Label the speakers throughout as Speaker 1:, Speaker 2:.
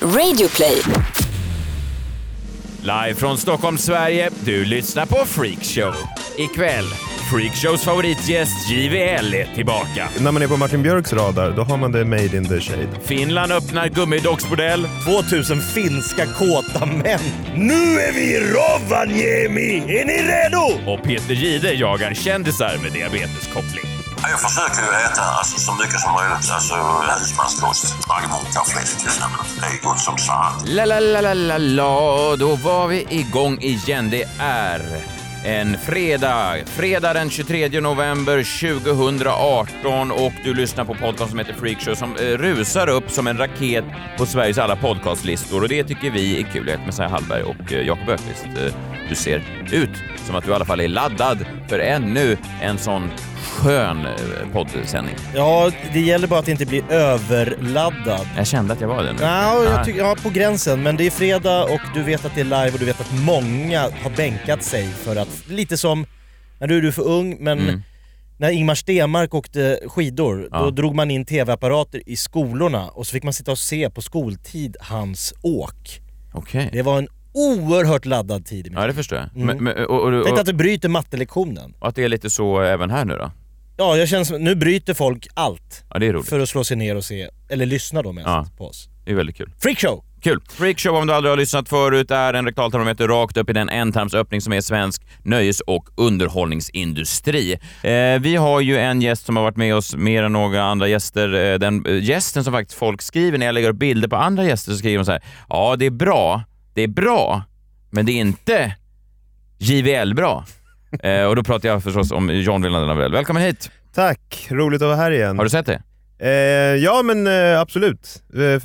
Speaker 1: Radioplay.
Speaker 2: Live från Stockholm, Sverige. Du lyssnar på Freakshow. Ikväll, Freakshows favoritgäst JVL är tillbaka.
Speaker 3: När man är på Martin Björks radar, då har man det made in the shade.
Speaker 2: Finland öppnar gummidocksbordell.
Speaker 4: 2000 finska kåta män. Nu är vi i Rovaniemi! Är ni redo?
Speaker 2: Och Peter Gide jagar kändisar med diabeteskoppling.
Speaker 5: Ja, Jag försöker ju äta alltså, så mycket som möjligt. Alltså husmanskost, raggmunk och fläsk till exempel. Det är gott som fan.
Speaker 2: La, la, la, la, la, la, då var vi igång igen. Det är en fredag, fredag den 23 november 2018 och du lyssnar på podcast som heter Freakshow som eh, rusar upp som en raket på Sveriges alla podcastlistor och det tycker vi är kul. Jag heter Messiah Hallberg och eh, Jakob Öqvist. Eh, Du ser ut som att du i alla fall är laddad för ännu en sån skön eh, poddsändning.
Speaker 4: Ja, det gäller bara att inte bli överladdad.
Speaker 2: Jag kände att jag var det nu.
Speaker 4: Ja,
Speaker 2: Ah.
Speaker 4: jag tycker, ja, på gränsen. Men det är fredag och du vet att det är live och du vet att många har bänkat sig för att, lite som, när du är du för ung, men när Ingmar Stenmark åkte skidor,
Speaker 2: Mm. Ja.
Speaker 4: då drog man in tv-apparater i skolorna och så fick man sitta och se på skoltid hans åk.
Speaker 2: Okej.
Speaker 4: Det var en oerhört laddad tid i mitt
Speaker 2: Ja, det förstår jag. Men, men, och, och, och,
Speaker 4: Tänk dig Mm. att du bryter mattelektionen.
Speaker 2: Och att det är lite så även här nu då?
Speaker 4: Ja, jag känner som, nu bryter folk allt
Speaker 2: Ja, det är roligt.
Speaker 4: för att slå sig ner och se, eller lyssna då mest
Speaker 2: Ja.
Speaker 4: på oss.
Speaker 2: Det är väldigt kul.
Speaker 4: Freakshow!
Speaker 2: Kul! Freakshow om du aldrig har lyssnat förut är en rektaltermometer rakt upp i den ändtarmsöppning som är svensk nöjes och underhållningsindustri. Eh, vi har ju en gäst som har varit med oss mer än några andra gäster. Eh, den eh, gästen som faktiskt folk skriver när jag lägger upp bilder på andra gäster så skriver de så här. Ja, det är bra. Det är bra, men det är inte JVL-bra. Eh, och då pratar jag förstås om John Wilander Lavell. Välkommen hit!
Speaker 3: Tack, roligt att vara här igen.
Speaker 2: Har du sett det?
Speaker 3: Eh, ja men eh, absolut. Eh, f-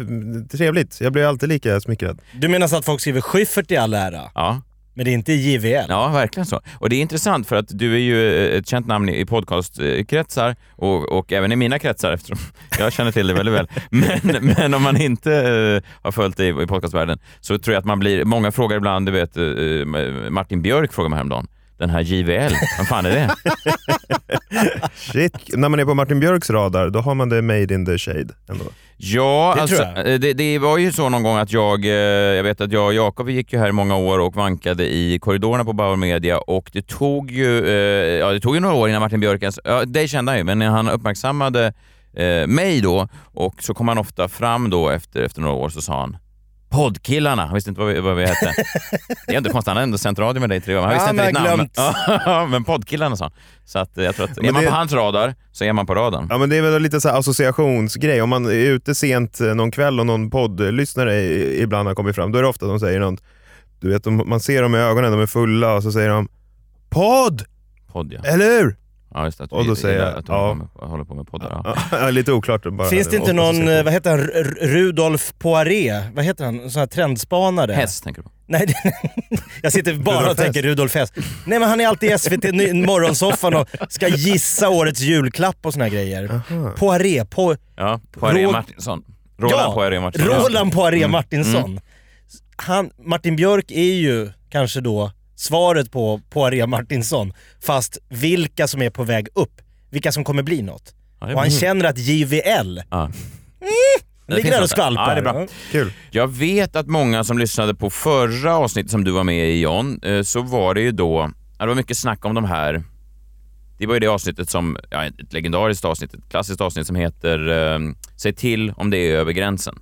Speaker 3: trevligt, jag blir alltid lika smickrad.
Speaker 4: Du menar så att folk skriver Schyffert i all ära,
Speaker 2: Ja.
Speaker 4: men det är inte JVL?
Speaker 2: Ja, verkligen så. Och det är intressant för att du är ju eh, ett känt namn i i podcastkretsar och, och även i mina kretsar eftersom jag känner till dig väldigt väl. Men, men om man inte eh, har följt dig i, i podcastvärlden så tror jag att man blir... Många frågar ibland, du vet eh, Martin Björk frågade mig häromdagen, den här JVL, vad fan är det?
Speaker 3: Shit. när man är på Martin Björks radar, då har man det made in the shade. Ändå.
Speaker 2: Ja,
Speaker 4: Det
Speaker 2: alltså,
Speaker 4: tror jag.
Speaker 2: eh, Det, det var ju så någon gång att jag, eh, jag vet att jag och Jakob vi gick ju här i många år och vankade i korridorerna på Bauer Media och det tog ju, eh, ja, det tog ju några år innan Martin Björk ens, ja, det kände han ju, men när han uppmärksammade eh, mig då och så kom han ofta fram då efter, efter några år så sa han Poddkillarna, han visste inte vad vi, vad vi hette. Det är inte konstigt, han har ändå sänt radio med dig i tre år, men han
Speaker 4: Ja,
Speaker 2: visste
Speaker 4: men
Speaker 2: inte ditt
Speaker 4: jag har
Speaker 2: namn. Ja, men poddkillarna sa han. Så att, eh, jag tror att är
Speaker 3: Men
Speaker 2: man
Speaker 3: det-
Speaker 2: på hans radar så är man på radarn.
Speaker 3: Ja men det är väl lite så här associationsgrej. Om man är ute sent eh, någon kväll och någon poddlyssnare i- ibland har kommit fram, då är det ofta de säger något. Du vet, de- man ser dem i ögonen, de är fulla och så säger de Podd!
Speaker 2: Podd ja.
Speaker 3: Eller hur?
Speaker 2: Ja, just det. Att
Speaker 3: Och
Speaker 2: vi-
Speaker 3: då säger
Speaker 2: gillar
Speaker 3: jag,
Speaker 2: att de
Speaker 3: ja.
Speaker 2: kommer- håller på med poddar. Ja.
Speaker 3: Ja, lite oklart. Bara
Speaker 4: Finns det inte
Speaker 3: Och- och så
Speaker 4: någon,
Speaker 3: säger
Speaker 4: eh, vad heter han, R- R- Rudolf Poiré? Vad heter han? En sån här trendspanare?
Speaker 2: Häst tänker du på?
Speaker 4: Nej, det- jag sitter bara och
Speaker 3: Rudolf
Speaker 4: tänker Rudolf Hess. Nej men han är alltid i SVT ny, morgonsoffan och ska gissa årets julklapp och såna här grejer. Poiré, po,
Speaker 2: Ja, Poiré
Speaker 4: Rå-
Speaker 2: Martinsson. Roland Poiré Martinsson. Mm.
Speaker 4: Roland Poiré Martinsson. Han, Martin Björk är ju kanske då svaret på Poiré Martinsson, fast vilka som är på väg upp. Vilka som kommer bli något.
Speaker 2: Ja, det är
Speaker 4: och han
Speaker 2: bra.
Speaker 4: känner att JVL
Speaker 2: Ja. Det
Speaker 4: ligger
Speaker 2: finns
Speaker 4: där och
Speaker 2: något där.
Speaker 4: skvalpar.
Speaker 2: Ja, det är bra.
Speaker 4: eh,
Speaker 3: Kul.
Speaker 2: Jag vet att många som lyssnade på förra avsnittet som du var med i John, eh, så var det ju då, ja, det var mycket snack om de här, det var ju det avsnittet som, ja, ett legendariskt avsnitt, ett klassiskt avsnitt som heter eh, Säg till om det är över gränsen.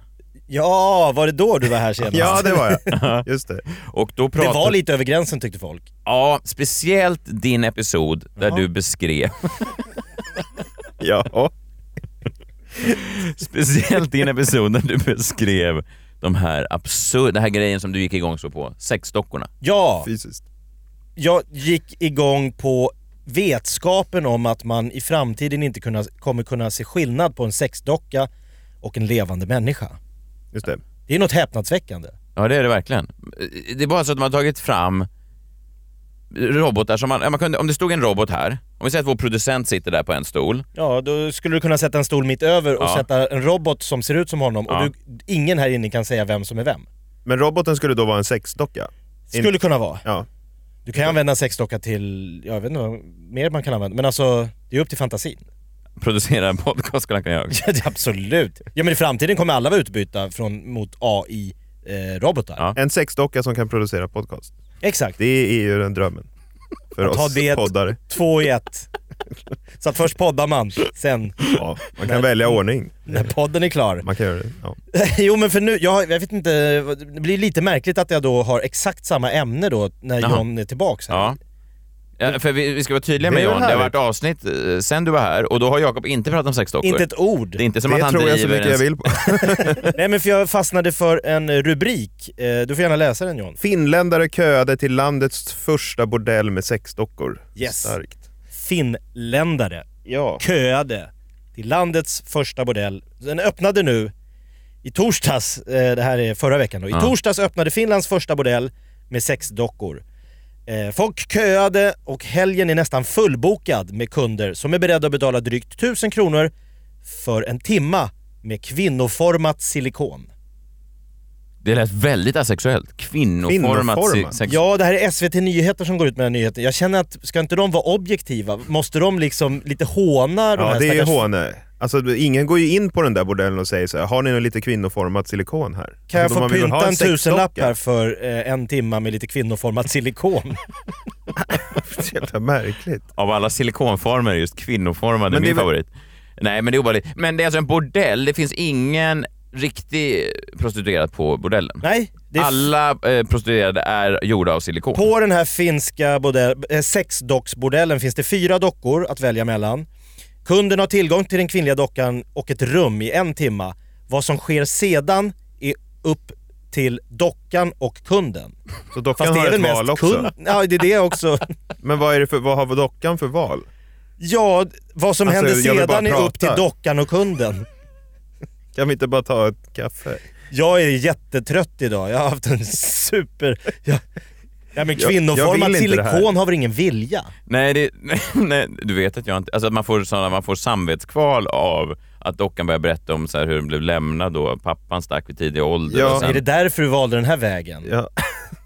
Speaker 4: Ja, var det då du var här senast?
Speaker 3: Ja, det var jag. Just det.
Speaker 2: Och då
Speaker 4: det
Speaker 2: pratade...
Speaker 4: var lite över gränsen tyckte folk.
Speaker 2: Ja, speciellt din episod där du beskrev
Speaker 3: Ja.
Speaker 2: Speciellt i en episod när du beskrev de här absurda, den här grejen som du gick igång så på, sexdockorna.
Speaker 4: Ja,
Speaker 3: Fysiskt.
Speaker 4: jag gick igång på vetskapen om att man i framtiden inte kunna, kommer kunna se skillnad på en sexdocka och en levande människa.
Speaker 3: Just det.
Speaker 4: Det är något häpnadsväckande.
Speaker 2: Ja, det är det verkligen. Det är bara så att man har tagit fram robotar som man, ja, man kunde, om det stod en robot här, om vi säger att vår producent sitter där på en stol.
Speaker 4: Ja, då skulle du kunna sätta en stol mitt över och
Speaker 2: Ja.
Speaker 4: sätta en robot som ser ut som honom
Speaker 2: Ja.
Speaker 4: och du, ingen här inne kan säga vem som är vem.
Speaker 3: Men roboten skulle då vara en sexdocka? In-
Speaker 4: Skulle kunna vara.
Speaker 3: Ja.
Speaker 4: Du kan ju använda en sexdocka till, jag vet inte vad mer man kan använda, men alltså det är upp till fantasin.
Speaker 2: producera en podcast skulle han kunna göra.
Speaker 4: Ja, det- absolut. Ja men i framtiden kommer alla vara utbytta från, mot eh, AI-robotar.
Speaker 2: Ja.
Speaker 3: En sexdocka som kan producera podcast.
Speaker 4: Exakt.
Speaker 3: Det är ju den drömmen. För
Speaker 4: Att ha
Speaker 3: oss
Speaker 4: det-
Speaker 3: poddare.
Speaker 4: Två i ett. Så att först poddar man, sen
Speaker 3: Ja, man kan välja ordning.
Speaker 4: när podden är klar.
Speaker 3: Man kan göra det. Ja.
Speaker 4: Jo men för nu, jag, jag vet inte, vad- det blir lite märkligt att jag då har exakt samma ämne då när
Speaker 2: Jaha.
Speaker 4: John är tillbaks här.
Speaker 2: Ja. Ja, för vi, vi ska vara tydliga med
Speaker 3: Det är väl
Speaker 2: John, det har varit
Speaker 3: härligt.
Speaker 2: avsnitt eh, sen du var här och då har Jakob inte pratat om sexdockor.
Speaker 4: Inte ett ord.
Speaker 2: Det är inte som att
Speaker 3: Det
Speaker 2: han
Speaker 3: tror jag så
Speaker 2: driver
Speaker 3: mycket jag
Speaker 2: en-
Speaker 3: vill på.
Speaker 4: Nej men för jag fastnade för en rubrik. Eh, Du får gärna läsa den John.
Speaker 3: Finländare köade till landets första bordell med sexdockor.
Speaker 4: Yes.
Speaker 3: Starkt.
Speaker 4: Finländare
Speaker 3: Ja.
Speaker 4: köade till landets första bordell. Den öppnade nu i torsdags, eh, det här är förra veckan då. I
Speaker 2: Ja.
Speaker 4: torsdags öppnade Finlands första bordell med sex dockor. Eh, Folk köade och helgen är nästan fullbokad med kunder som är beredda att betala drygt 1000 kronor för en timma med kvinnoformat silikon.
Speaker 2: Det lät väldigt asexuellt. Kvinnoformat
Speaker 3: Kvinnoformat.
Speaker 2: se- sex...
Speaker 4: Ja, det här är SVT Nyheter som går ut med den här nyheten. Jag känner att, ska inte de vara objektiva? Måste de liksom lite håna de
Speaker 3: Ja,
Speaker 4: här
Speaker 3: det är ju
Speaker 4: stackars-
Speaker 3: håne. Alltså, ingen går ju in på den där bordellen och säger så här, har ni något lite kvinnoformat silikon här?
Speaker 4: Kan jag
Speaker 3: Alltså,
Speaker 4: få
Speaker 3: man vill väl ha
Speaker 4: pynta en
Speaker 3: sexdocka?
Speaker 4: tusenlapp här för eh, en timma med lite kvinnoformat silikon?
Speaker 3: Så jävla märkligt.
Speaker 2: Av alla silikonformer är just kvinnoformad är
Speaker 3: Men det
Speaker 2: min
Speaker 3: är väl-
Speaker 2: favorit. Nej, men det är obehagligt. Men det är alltså en bordell. Det finns ingen riktig prostituerad på bordellen.
Speaker 4: Nej, det är
Speaker 2: Alla eh, prostituerade är gjorda av silikon.
Speaker 4: på den här finska bordell, eh, sexdocksbordellen finns det fyra dockor att välja mellan. Kunden har tillgång till den kvinnliga dockan och ett rum i en timma. Vad som sker sedan är upp till dockan och kunden.
Speaker 3: Så
Speaker 4: Fast
Speaker 3: dockan
Speaker 4: det
Speaker 3: har
Speaker 4: är väl
Speaker 3: ett
Speaker 4: mest
Speaker 3: val också.
Speaker 4: kund... Ja, det är det också.
Speaker 3: Men vad, är det för, vad har dockan för val?
Speaker 4: Ja, vad som
Speaker 3: Alltså,
Speaker 4: händer
Speaker 3: jag vill bara
Speaker 4: sedan är upp till
Speaker 3: prata.
Speaker 4: dockan och kunden.
Speaker 3: Kan vi inte bara ta ett kaffe?
Speaker 4: Jag är jättetrött idag. Jag har haft en super... Jag... Ja men
Speaker 3: Jag- jag
Speaker 4: kvinnoformat
Speaker 3: vill inte det här.
Speaker 4: silikon har väl ingen vilja?
Speaker 2: Nej, det, nej, du vet att jag inte... Alltså att man får, såna, man får samvetskval av att dockan börjar berätta om så här hur den blev lämnad då. Pappan stack vid tidig ålder.
Speaker 3: Ja.
Speaker 2: och sen,
Speaker 4: Är det därför du valde den här vägen?
Speaker 3: Ja.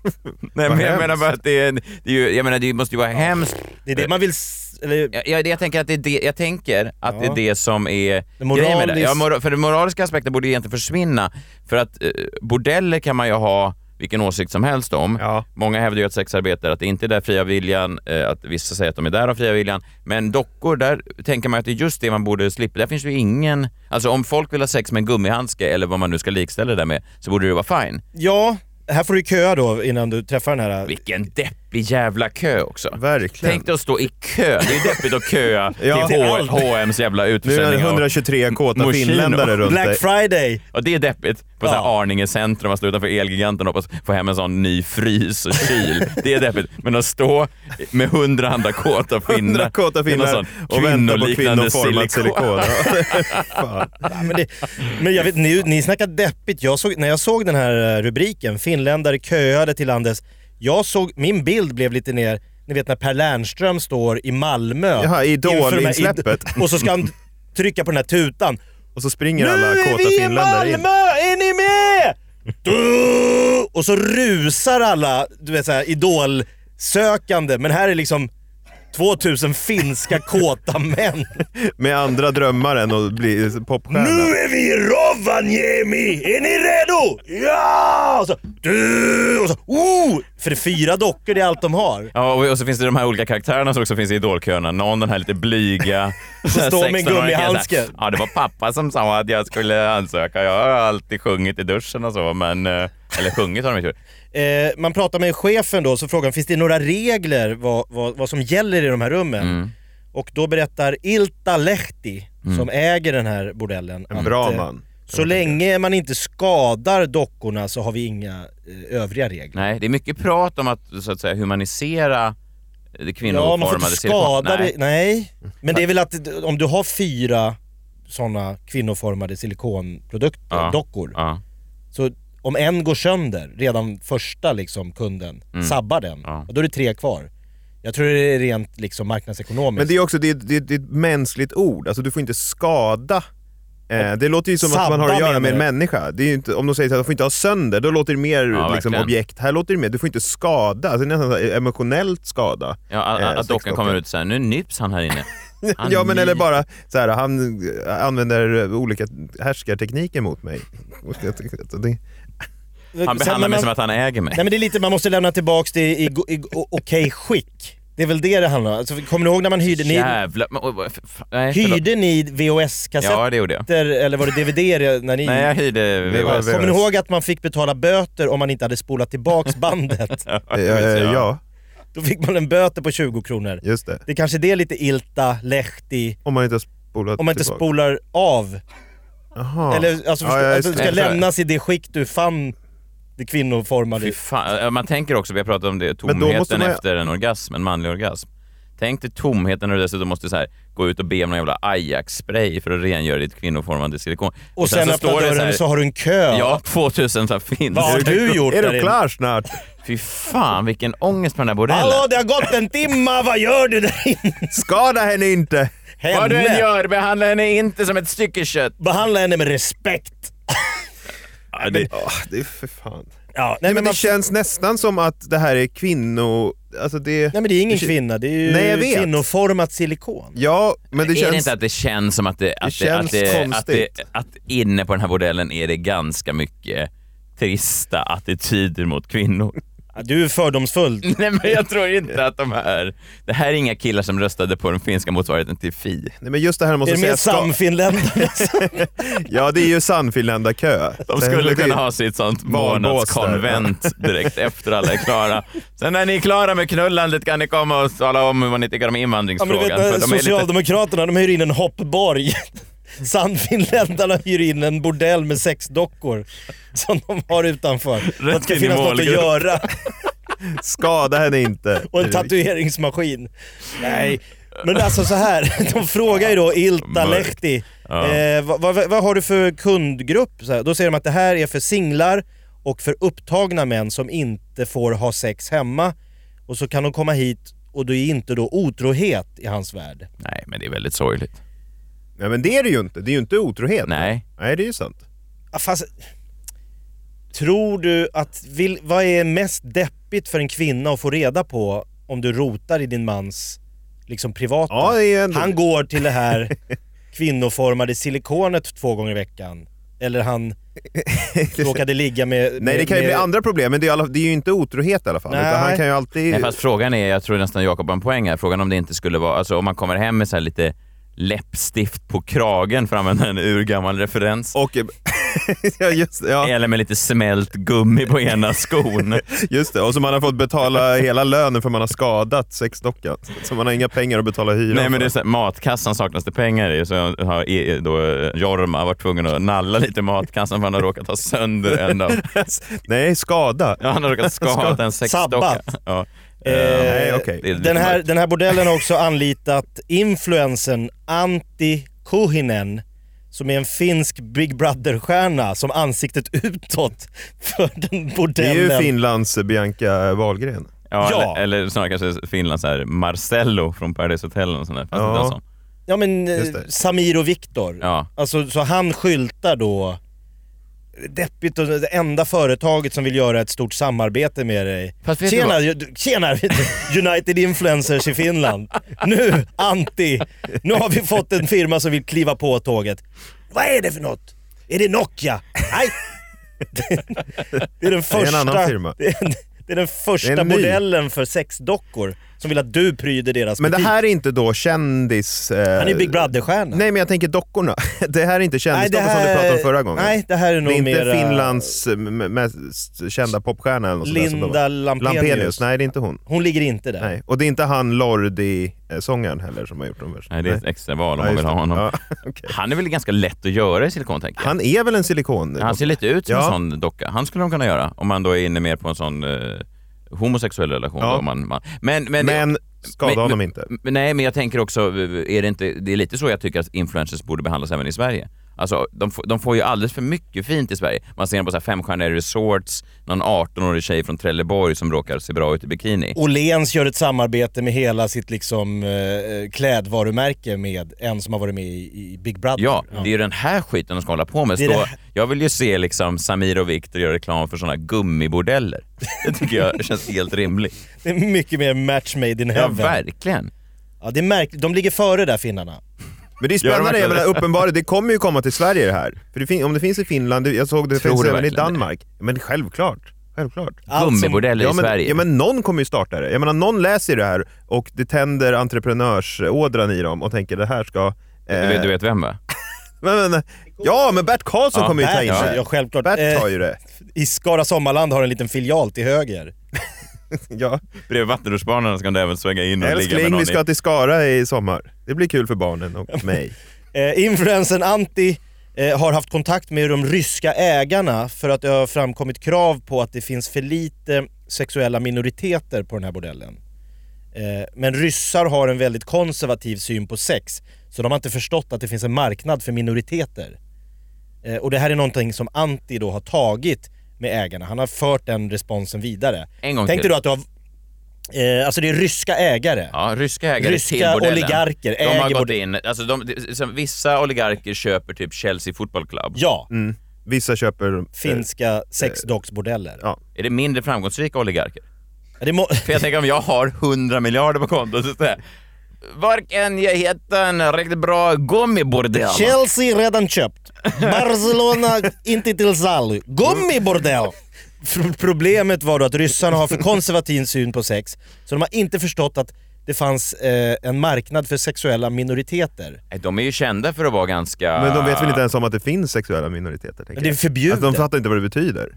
Speaker 2: nej, men
Speaker 3: Vad
Speaker 2: jag
Speaker 3: hemskt.
Speaker 2: menar bara att det, är, en- det, är ju, jag menar, det måste ju vara hemskt.
Speaker 4: Det är det man vill... s- Eller,
Speaker 2: Jag, jag, det- jag tänker att, det är, det, jag tänker att det, är det som är
Speaker 4: Det moralis-
Speaker 2: grejen med det. Ja, mora, för den moraliska aspekten borde ju egentligen försvinna. För att eh, bordeller kan man ju ha vilken åsikt som helst om.
Speaker 3: Ja.
Speaker 2: Många hävdar ju att sexarbetare, att det inte är där fria viljan, eh, att vissa säger att de är där av fria viljan. Men dockor, där tänker man att det är just det man borde slippa. Där finns ju ingen... Alltså om folk vill ha sex med en gummihandske eller vad man nu ska likställa det där med, så borde det vara fine.
Speaker 4: ja, här får du köa då innan du träffar den här...
Speaker 2: Vilken deppig jävla kö också.
Speaker 3: Verkligen.
Speaker 2: Tänk dig att stå i kö. Det är ju deppigt att köa
Speaker 3: Ja.
Speaker 2: till
Speaker 3: Till
Speaker 2: H-
Speaker 3: allt.
Speaker 2: H&M's jävla
Speaker 3: Nu är det
Speaker 2: utförsäljning. av-
Speaker 3: 123 kåta
Speaker 2: Moschino.
Speaker 3: finländare runt dig.
Speaker 4: Black Friday!
Speaker 2: Ja, det är deppigt. På så här
Speaker 4: Ja.
Speaker 2: Arninge centrum, man står utanför Elgiganten och hoppas få hem en sån ny frys och kyl. Det är deppigt. Men att stå med hundra andra kåta finnar,
Speaker 3: Hundra kåta
Speaker 2: i någon
Speaker 3: finnar
Speaker 2: sån
Speaker 3: och vänta på
Speaker 2: kvinnoliknande
Speaker 3: kvinnoformat silikon. Fan.
Speaker 4: Ja, men, det, men jag vet, ni, ni snackar deppigt. Jag såg, när jag såg den här eh, rubriken, finländare köade till landes. Jag såg, min bild blev lite ner, ni vet när Per Lernström står i Malmö.
Speaker 3: Jaha, i
Speaker 4: inför de här-
Speaker 3: Idol-insläppet.
Speaker 4: Och så ska han trycka på den här tutan.
Speaker 3: Och så springer alla kåta finländare in.
Speaker 4: Är ni med? Du! Och så rusar alla du vet, så här, idolsökande, men här är liksom 2000 finska kåta män.
Speaker 3: Med andra drömmar än att bli popstjärna.
Speaker 4: Nu är vi i Rovaniemi! Är ni redo? Ja! Och så, du! Och så, oh! För det är fyra dockor, det är allt de har.
Speaker 2: Ja, och och så finns det de här olika karaktärerna som också finns i idolköerna. Någon den här lite blyga. så här
Speaker 4: står med
Speaker 2: 16-åriga
Speaker 4: en
Speaker 2: killen så här,
Speaker 4: gummihandske.
Speaker 2: Ja, det var pappa som sa att jag skulle ansöka. Jag har alltid sjungit i duschen och så, men... eh, Eller sjungit har de inte gjort.
Speaker 4: Eh, man pratar med chefen då, så frågar han, finns det några regler vad, vad, vad som gäller i de här rummen?
Speaker 2: Mm.
Speaker 4: Och då berättar Ilta Lehti, som äger den här bordellen,
Speaker 3: En bra
Speaker 4: eh,
Speaker 3: man.
Speaker 4: Så länge man inte skadar dockorna så har vi inga eh, övriga regler.
Speaker 2: Nej, det är mycket prat om att, så att säga, humanisera det
Speaker 4: Ja,
Speaker 2: kvinnoformade
Speaker 4: man får inte
Speaker 2: silikon.
Speaker 4: skada
Speaker 2: Nej.
Speaker 4: det. Nej. Men det är väl att d- om du har fyra sådana kvinnoformade silikonprodukter,
Speaker 2: Ja.
Speaker 4: dockor,
Speaker 2: Ja.
Speaker 4: så om en går sönder redan första liksom, kunden, sabbar den,
Speaker 2: Mm. Ja.
Speaker 4: då är det tre kvar. Jag tror det är rent liksom, marknadsekonomiskt.
Speaker 3: Men det är också det är, det är, det är ett mänskligt ord, alltså du får inte skada. Eh, det låter ju som att man har
Speaker 4: Sabba
Speaker 3: att göra med en
Speaker 4: menar
Speaker 3: människa. Det är ju inte, om de säger att de får inte ha sönder, då låter det mer
Speaker 2: Ja,
Speaker 3: liksom,
Speaker 2: verkligen.
Speaker 3: objekt. Här låter det mer, du får inte skada, alltså, det är nästan så här emotionellt skada.
Speaker 2: Ja, att,
Speaker 3: Eh,
Speaker 2: att dockan
Speaker 3: sexdockan.
Speaker 2: kommer ut såhär, nu nyps han här inne. Han
Speaker 3: ja, men eller
Speaker 2: ni-
Speaker 3: bara så här, han eh, använder eh, olika härskartekniker mot mig. Och jag tycker att det-
Speaker 2: Han behandlar mig som att han äger mig.
Speaker 4: Nej men det är lite, man måste lämna tillbaks det i, go- i, o- okej skick. Det är väl det det handlar om. Alltså, kommer ni ihåg när man hyrde? Ni,
Speaker 2: Jävlar. men, oj, vad- f- f- Nej, förlåt.
Speaker 4: hyrde ni VHS-kassetter
Speaker 2: Ja, det gjorde jag.
Speaker 4: eller var det DVD när ni...
Speaker 2: Nej, jag hyrde
Speaker 3: Det var
Speaker 2: VHS.
Speaker 3: väl-
Speaker 4: Kommer ni ihåg att man fick betala böter om man inte hade spolat tillbaks bandet?
Speaker 3: eh, eh, Ja,
Speaker 4: Då fick man en böter på 20 kronor.
Speaker 3: just det.
Speaker 4: Det är kanske det är lite ilta, lehti,
Speaker 3: Om man inte har spolat
Speaker 4: om man inte
Speaker 3: tillbaka.
Speaker 4: spolar av.
Speaker 3: Jaha.
Speaker 4: Eller alltså,
Speaker 3: Ja, ja,
Speaker 4: att
Speaker 3: just
Speaker 4: du
Speaker 3: det.
Speaker 4: ska
Speaker 2: Jag tror-
Speaker 4: lämnas i det skick du fann det kvinnoformade.
Speaker 2: Fy fan. ja, Man tänker också, vi har pratat om det,
Speaker 3: då måste
Speaker 2: tomheten
Speaker 3: man-
Speaker 2: efter en orgasm, en manlig orgasm. Tänk dig tomheten när du dessutom måste så här, gå ut och be om någon jävla Ajax-spray för att rengöra ditt kvinnoformande silikon.
Speaker 4: Och sen, öppnar
Speaker 2: det
Speaker 4: dörren
Speaker 2: så här-
Speaker 4: så, har du en kö.
Speaker 2: Ja, 2000 så här
Speaker 4: Vad har
Speaker 2: finns.
Speaker 4: du gjort
Speaker 3: Är
Speaker 4: där
Speaker 3: du
Speaker 4: inne?
Speaker 3: klar snart?
Speaker 2: Fy fan vilken ångest på den där
Speaker 4: Hallå,
Speaker 2: bordellen.
Speaker 4: det har gått en timma, vad gör du där inne?
Speaker 3: Skada henne inte!
Speaker 2: Vad du än
Speaker 4: Henne.
Speaker 2: gör, behandla henne inte som ett stycke kött.
Speaker 4: Behandla henne med respekt.
Speaker 2: Ja,
Speaker 3: Det,
Speaker 2: det,
Speaker 3: åh, det är för fan.
Speaker 4: Ja, nej,
Speaker 3: Nej, men
Speaker 4: men alltså-
Speaker 3: det
Speaker 4: man,
Speaker 3: känns nästan som att det här är kvinno... Alltså det...
Speaker 4: nej men det är ingen kvinna, det är ju
Speaker 3: Nej, jag vet.
Speaker 4: kvinnoformat silikon.
Speaker 3: Ja, men det
Speaker 2: är det
Speaker 3: känns...
Speaker 2: inte att det känns som att det, att det,
Speaker 3: känns
Speaker 2: att det, att det,
Speaker 3: konstigt.
Speaker 2: att inne på den här bordellen är det ganska mycket trista attityder mot kvinnor?
Speaker 4: Ja, Du är fördomsfull.
Speaker 2: Nej men jag tror inte att de här... Det här är inga killar som röstade på den finska motsvarigheten till Fi.
Speaker 3: Nej, men just det här
Speaker 4: Är
Speaker 3: måste
Speaker 4: det mer
Speaker 3: jag säga... Ska...
Speaker 4: samfinländare?
Speaker 3: Ja, det är ju sannfinlända kö.
Speaker 2: De skulle kunna ha sitt sånt
Speaker 3: Valbås där.
Speaker 2: månadskonvent direkt efter alla är klara. Sen när ni är klara med knullandet kan ni komma och tala om vad ni tycker om
Speaker 4: Ja, men
Speaker 2: invandringsfrågan.
Speaker 4: du vet, eh,
Speaker 2: för
Speaker 4: när
Speaker 2: att de är lite...
Speaker 4: Socialdemokraterna de hyr in en hoppborg. Sannfinländarna hyr in en bordell med sex dockor som de har utanför. För att det ska
Speaker 2: in i
Speaker 4: finnas något att
Speaker 2: målgrupp.
Speaker 4: göra.
Speaker 3: Skada henne inte.
Speaker 4: Och en tatueringsmaskin. Nej. Men alltså så här, de frågar ju då Ilta
Speaker 2: Mörkt.
Speaker 4: Lehti,
Speaker 2: Ja.
Speaker 4: eh, vad, vad, vad har du för kundgrupp? Så här, då säger de att det här är för singlar och för upptagna män som inte får ha sex hemma. Och så kan de komma hit och det är inte då otrohet i hans värld.
Speaker 2: Nej men det är väldigt sorgligt.
Speaker 3: Nej, men det är det ju inte. Det är ju inte otrohet.
Speaker 2: Nej.
Speaker 3: Nej, det är ju sant.
Speaker 4: Ja, Fast, tror du att, vill, vad är mest deppigt för en kvinna att få reda på om du rotar i din mans liksom privata?
Speaker 3: Ja, det är ändå...
Speaker 4: Han går till det här kvinnoformade silikonet två gånger i veckan. Eller han råkade ligga med...
Speaker 3: Nej, det kan ju
Speaker 4: med,
Speaker 3: bli andra problem, men det är, ju alla, det är ju inte otrohet i alla fall.
Speaker 4: Nej.
Speaker 3: Utan han kan ju alltid...
Speaker 2: Nej, fast frågan är, jag tror nästan Jakob har en poäng här, frågan om det inte skulle vara, alltså om man kommer hem med så här lite läppstift på kragen för att använda en urgammal referens.
Speaker 3: Och... ja, just, det, ja,
Speaker 2: Eller med lite smält gummi på ena skon.
Speaker 3: just det. Och så man har fått betala hela lönen för man har skadat sexdockan. Så man har inga pengar att betala hyran
Speaker 2: Nej men det är
Speaker 3: för.
Speaker 2: så här, matkassan saknas det pengar i så har e- då Jorma varit tvungen att nalla lite i matkassan för han har råkat ha sönder en av...
Speaker 3: Nej, skada.
Speaker 2: Ja, han har råkat skada en sexdocka.
Speaker 4: Sabbat.
Speaker 2: Ja. Ehm,
Speaker 4: Eh,
Speaker 3: Nej, okej.
Speaker 2: Det är lite
Speaker 4: Den här,
Speaker 2: mörkt.
Speaker 4: den här bordellen har också anlitat influensen Antti Kohinen som är en finsk Big Brother-stjärna som ansiktet utåt för den
Speaker 3: Det är
Speaker 4: bordellen.
Speaker 3: ju Finlands Bianca Wahlgren.
Speaker 2: Ja,
Speaker 4: Ja.
Speaker 2: Eller, eller snarare kanske Finland, så här Marcello från Paradise Hotel och sånt där. Fanns det
Speaker 3: Ja.
Speaker 2: inte en sån?
Speaker 4: Ja men eh,
Speaker 3: Just det.
Speaker 4: Samir och Viktor.
Speaker 2: Ja.
Speaker 4: Alltså, så han skyltar då deppigt och det enda företaget som vill göra ett stort samarbete med dig.
Speaker 2: Fast vet du
Speaker 4: Tjena, ju- tjena United Influencers i Finland. Nu, anti. Nu har vi fått en firma som vill kliva på tåget. Vad är det för något? Är det Nokia? Nej! Det är den
Speaker 3: är en
Speaker 4: första,
Speaker 3: annan firma.
Speaker 4: Det är, det är den första
Speaker 3: Det är en ny.
Speaker 4: modellen för sexdockor som vill att du pryder deras
Speaker 3: Men det
Speaker 4: butik.
Speaker 3: här är inte då kändis... eh,
Speaker 4: Han är Big Brother-stjärna.
Speaker 3: Nej, men jag tänker dockorna. Det här är inte kändisdockorna som du pratade om förra gången.
Speaker 4: Nej, det här är nog
Speaker 3: det är inte
Speaker 4: mera
Speaker 3: Finlands eh, m- mest kända popstjärna eller något sånt där som de
Speaker 4: Linda
Speaker 3: var.
Speaker 4: Lampenius.
Speaker 3: Nej, det är inte hon.
Speaker 4: Hon ligger inte där.
Speaker 3: Nej. Och det är inte han Lordi-sångaren heller som har gjort de verserna.
Speaker 2: Nej, det är ett extra val om man
Speaker 3: Ja, just
Speaker 2: vill ha
Speaker 3: det.
Speaker 2: honom.
Speaker 3: Ja, okej.
Speaker 2: Han är väl ganska lätt att göra i silikon, tänker jag.
Speaker 3: Han är väl en silikon?
Speaker 2: Han ser lite ut som en
Speaker 3: Ja.
Speaker 2: sån docka. Han skulle de kunna göra om man då är inne mer på en sån eh, homosexuell relation.
Speaker 3: Ja.
Speaker 2: Då, om man, man. Men, men,
Speaker 3: men skada
Speaker 2: Men-
Speaker 3: honom
Speaker 2: men-
Speaker 3: inte.
Speaker 2: Men Nej, men jag tänker också, är det, inte, det är lite så jag tycker att influencers borde behandlas även i Sverige. Alltså, de, får- de får ju alldeles för mycket fint i Sverige. Man ser dem på så här femstjärniga resorts, någon 18-årig tjej från Trelleborg som råkar se bra ut i bikini.
Speaker 4: Åhléns gör ett samarbete med hela sitt liksom, eh, klädvarumärke med en som har varit med i, i Big Brother.
Speaker 2: Ja, det är ju den här skiten de ska hålla på med.
Speaker 4: Det är det
Speaker 2: Stå,
Speaker 4: här-
Speaker 2: jag vill ju se liksom Samir och Viktor göra reklam för såna gummibordeller. Det tycker jag känns helt rimligt.
Speaker 4: Det är mycket mer match made in
Speaker 2: Ja,
Speaker 4: heaven.
Speaker 2: verkligen.
Speaker 4: Ja, det är märkligt. De ligger före där finnarna.
Speaker 3: Men det är
Speaker 2: Gör de
Speaker 3: spännande,
Speaker 2: verkligen
Speaker 3: jag menar,
Speaker 2: det?
Speaker 3: uppenbarligen, det kommer ju komma till Sverige det här. För det fin- om det finns i Finland, det- jag såg det
Speaker 2: Tror
Speaker 3: finns
Speaker 2: du
Speaker 3: även i
Speaker 2: verkligen
Speaker 3: Danmark. Men självklart. Självklart.
Speaker 4: Allt som-
Speaker 2: Gummibordeller
Speaker 3: Ja
Speaker 2: i
Speaker 3: men,
Speaker 2: Sverige.
Speaker 3: ja men någon kommer ju starta det. Jag menar någon läser det här och det tänder entreprenörsådran i dem och tänker det här ska... eh,
Speaker 2: du, vet, du vet vem va?
Speaker 3: Men, men, ja men Bert Karlsson
Speaker 2: Ja,
Speaker 3: kommer ju ta
Speaker 4: Bert,
Speaker 3: in
Speaker 4: ja,
Speaker 3: det.
Speaker 4: ja, självklart.
Speaker 3: Bert
Speaker 4: Eh,
Speaker 3: tar ju det.
Speaker 4: I Skara Sommarland har en liten filial till höger.
Speaker 3: Ja.
Speaker 2: Bredvid vattenrutschbanorna ska du även svänga in och ligga med
Speaker 3: Älskling,
Speaker 2: någon
Speaker 3: vi ska
Speaker 2: i.
Speaker 3: till Skara i sommar. Det blir kul för barnen och mig.
Speaker 4: Eh, influensen Anti eh, har haft kontakt med de ryska ägarna för att det har framkommit krav på att det finns för lite sexuella minoriteter på den här bordellen. Eh, men ryssar har en väldigt konservativ syn på sex, så de har inte förstått att det finns en marknad för minoriteter. Eh, och det här är någonting som Anti då har tagit med ägarna. Han har fört den responsen vidare.
Speaker 2: En gång
Speaker 4: Tänk
Speaker 2: till.
Speaker 4: dig då att du har... Eh, alltså det är ryska ägare.
Speaker 2: Ja, ryska ägare
Speaker 4: Ryska
Speaker 2: till bordellen.
Speaker 4: oligarker
Speaker 2: de
Speaker 4: äger
Speaker 2: har gått
Speaker 4: bordell-
Speaker 2: in, alltså de, det- som vissa oligarker köper typ Chelsea Football Club.
Speaker 4: Ja,
Speaker 3: Mm. Vissa köper... eh,
Speaker 4: finska sexdocksbordeller.
Speaker 3: Ja.
Speaker 2: Är det mindre framgångsrika oligarker?
Speaker 4: Ja, Det må-
Speaker 2: För jag tänker om jag har 100 miljarder på kontot så säger jag, var kan jag hitta en riktigt bra gummibordell?
Speaker 4: Chelsea redan köpt. Barcelona inte till salu. Gummibordell! F- Problemet var då att ryssarna har för konservativ syn på sex, så de har inte förstått att det fanns eh, en marknad för sexuella minoriteter.
Speaker 2: Nej, De är ju kända för att vara ganska...
Speaker 3: Men de vet
Speaker 2: Ah.
Speaker 3: väl inte ens om att det finns sexuella minoriteter? tänker
Speaker 4: Men det är
Speaker 3: jag.
Speaker 4: förbjudet.
Speaker 3: Alltså, de fattar inte vad det betyder.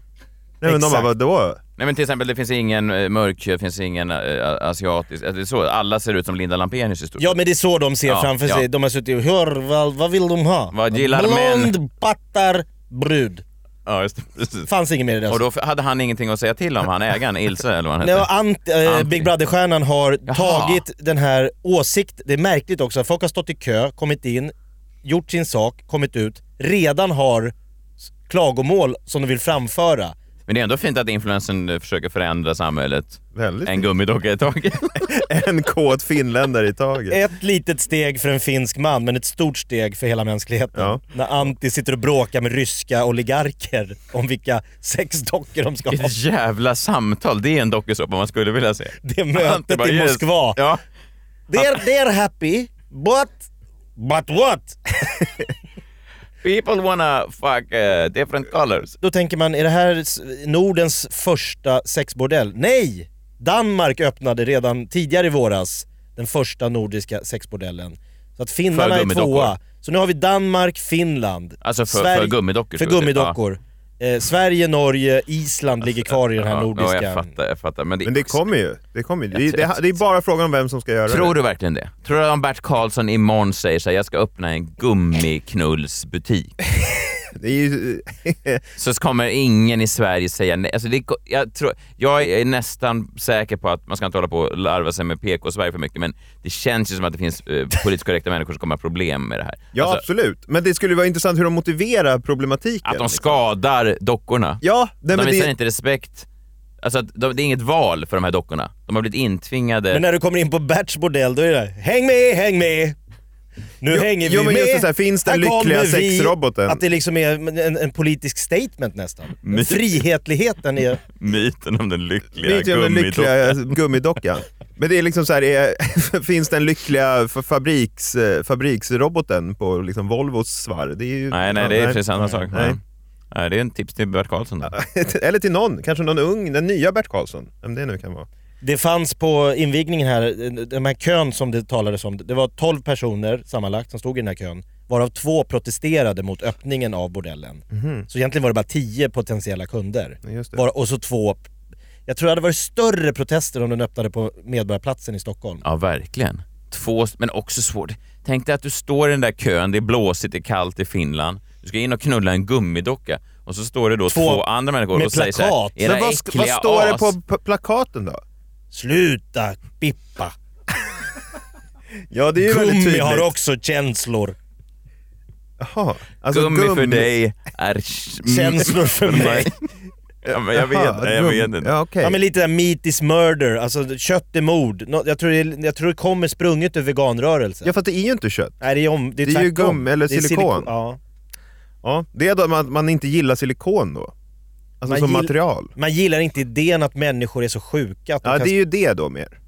Speaker 3: Nej, men de bara,
Speaker 4: Exakt.
Speaker 3: vadå?
Speaker 2: Nej men till exempel, det finns ingen eh, mörk, det finns ingen eh, asiatisk, alltså, det är så, alla ser ut som Linda Lampenius i stort
Speaker 4: Ja men det är så de ser
Speaker 2: Ja,
Speaker 4: framför
Speaker 2: ja.
Speaker 4: sig. De har suttit och hör, vad, vad vill de ha?
Speaker 2: Vad gillar män?
Speaker 4: Blond, pattar, brud.
Speaker 2: ja just det. Precis.
Speaker 4: Fanns inget mer i den
Speaker 2: Och då f- hade han ingenting att säga till om, han ägaren, Ilse eller vad han
Speaker 4: Nej,
Speaker 2: hette.
Speaker 4: och Ant, eh,
Speaker 2: Anti.
Speaker 4: Big Brother-stjärnan har
Speaker 2: Jaha.
Speaker 4: tagit den här åsikt. Det är märkligt också att folk har stått i kö, kommit in, gjort sin sak, kommit ut, redan har s- klagomål som de vill framföra.
Speaker 2: Men det är ändå fint att influensen eh, försöker förändra samhället.
Speaker 3: Väldigt.
Speaker 2: En gummidocka i taget.
Speaker 3: En kåt finländare i taget.
Speaker 4: Ett litet steg för en finsk man, men ett stort steg för hela mänskligheten.
Speaker 3: Ja.
Speaker 4: När Antti sitter och bråkar med ryska oligarker om vilka sexdockor de ska ha.
Speaker 2: Ett jävla samtal, det är en dokusåpa man skulle vilja se.
Speaker 4: Det
Speaker 2: Ante
Speaker 4: mötet
Speaker 2: bara,
Speaker 4: i
Speaker 2: "Yes."
Speaker 4: Moskva.
Speaker 2: Ja.
Speaker 4: They're, they're happy, but... But what?
Speaker 2: People wanna fuck eh, different colors.
Speaker 4: Då tänker man, är det här s- Nordens första sexbordell? Nej! Danmark öppnade redan tidigare i våras den första nordiska sexbordellen. Så att finnarna
Speaker 2: För
Speaker 4: är tvåa.
Speaker 2: gummidockor.
Speaker 4: Så nu har vi Danmark, Finland,
Speaker 2: Alltså för- för gummidockor,
Speaker 4: För
Speaker 2: tror jag det är.
Speaker 4: gummidockor. Eh, Sverige, Norge, Island ligger kvar i den här
Speaker 2: Ja,
Speaker 4: nordiska...
Speaker 2: Ja, jag fattar, jag fattar. Men det,
Speaker 3: Men det kommer ju. Det, kommer ju. Det, det, det är bara frågan om vem som ska göra
Speaker 2: Tror
Speaker 3: det.
Speaker 2: du verkligen det? Tror du om Bert Karlsson imorgon säger så här, jag ska öppna en gummiknullsbutik?
Speaker 3: Det är ju...
Speaker 2: så kommer ingen i Sverige säga nej. Alltså det, jag, tror, jag är nästan säker på att man ska inte hålla på och larva sig med PK-Sverige för mycket, men det känns ju som att det finns eh, politiskt korrekta människor som kommer ha problem med det här.
Speaker 3: Ja,
Speaker 2: Alltså,
Speaker 3: absolut. Men det skulle vara intressant hur de motiverar problematiken.
Speaker 2: att de skadar dockorna.
Speaker 3: Ja, nej,
Speaker 2: de
Speaker 3: men
Speaker 2: visar
Speaker 3: det,
Speaker 2: inte respekt. Alltså att de, det är inget val för de här dockorna. De har blivit intvingade.
Speaker 4: Men när du kommer in på Berts bordell, då är det häng med, häng med! Nu
Speaker 3: Jo,
Speaker 4: hänger vi
Speaker 3: jo, men
Speaker 4: med!
Speaker 3: just det, så här, finns den
Speaker 4: Här
Speaker 3: lyckliga
Speaker 4: kommer vi.
Speaker 3: sexroboten?
Speaker 4: Att det liksom är en, en politisk statement nästan.
Speaker 2: My-
Speaker 4: Frihetligheten är...
Speaker 2: Myten om den lyckliga
Speaker 3: Myt om den lyckliga gummidockan. Men det är liksom så här, är, finns den lyckliga f- fabriks, eh, fabriksroboten på liksom Volvos svar? Det är ju,
Speaker 2: Nej, nej, det är
Speaker 3: Ja,
Speaker 2: precis samma sak.
Speaker 3: Nej.
Speaker 2: Nej. Nej, det är en tips till Bert Karlsson. då.
Speaker 3: Eller till någon, kanske någon ung, den nya Bert Karlsson. Vem det nu kan vara.
Speaker 4: Det fanns på invigningen här, den här kön som det talades om, det var 12 personer sammanlagt som stod i den här kön, varav två protesterade mot öppningen av bordellen. Så egentligen var det bara 10 potentiella kunder.
Speaker 3: Mhm. Ja, Just det.
Speaker 4: Bara, och så två... Jag tror det hade varit större protester om den öppnade på Medborgarplatsen i Stockholm.
Speaker 2: Ja, verkligen. Två, men också svårt. Tänk dig att du står i den där kön, det är blåsigt, det är kallt i Finland. Du ska in och knulla en gummidocka och så står det då två,
Speaker 4: Två
Speaker 2: andra människor
Speaker 4: med
Speaker 2: och säger
Speaker 4: plakat.
Speaker 2: så här,
Speaker 3: Men
Speaker 2: "Era
Speaker 3: vad, sk- vad
Speaker 2: äckliga
Speaker 3: står det
Speaker 2: as."
Speaker 3: på p- plakaten då?
Speaker 4: Sluta pippa!
Speaker 3: Ja, det är ju väldigt
Speaker 4: Gummi
Speaker 3: tydligt.
Speaker 4: har också känslor.
Speaker 3: Jaha, alltså
Speaker 2: gummi, för dig är... mm,
Speaker 4: Känslor för mig.
Speaker 2: Ja, men jag vet,
Speaker 3: Jaha,
Speaker 2: nej, jag
Speaker 3: gum-
Speaker 2: vet inte.
Speaker 3: Ja, okej.
Speaker 4: Ja men lite där meat is murder, alltså kött är mord. Nå- Jag tror det, jag tror det kommer sprunget ur veganrörelsen.
Speaker 3: ja, för att det är ju inte kött.
Speaker 4: Nej det är, om, det är,
Speaker 3: Det är ju
Speaker 4: tvärtom.
Speaker 3: gum eller
Speaker 4: Det är
Speaker 3: silikon.
Speaker 4: ja.
Speaker 3: Ja, det är då man, man inte gillar silikon då. Alltså
Speaker 4: Man
Speaker 3: som
Speaker 4: gill-
Speaker 3: material.
Speaker 4: Man gillar inte idén att människor är så sjuka att de
Speaker 3: Ja,
Speaker 4: kan
Speaker 3: det är ju det då mer.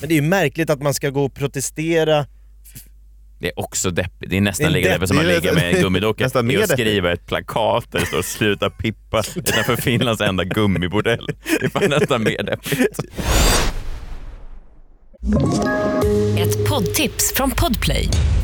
Speaker 4: Men det är ju märkligt att man ska gå och protestera.
Speaker 2: Det är också deppigt. Det är nästan
Speaker 4: Det är
Speaker 2: lika deppigt som att
Speaker 3: deppigt.
Speaker 2: ligga med en gummidockor.
Speaker 3: Nästan
Speaker 2: Det är
Speaker 3: mer
Speaker 2: att
Speaker 3: deppigt.
Speaker 2: skriva ett plakat där det står “Sluta pippa” utanför Finlands enda gummibordell. Det är fan nästan mer deppigt.
Speaker 1: Ett poddtips från Podplay.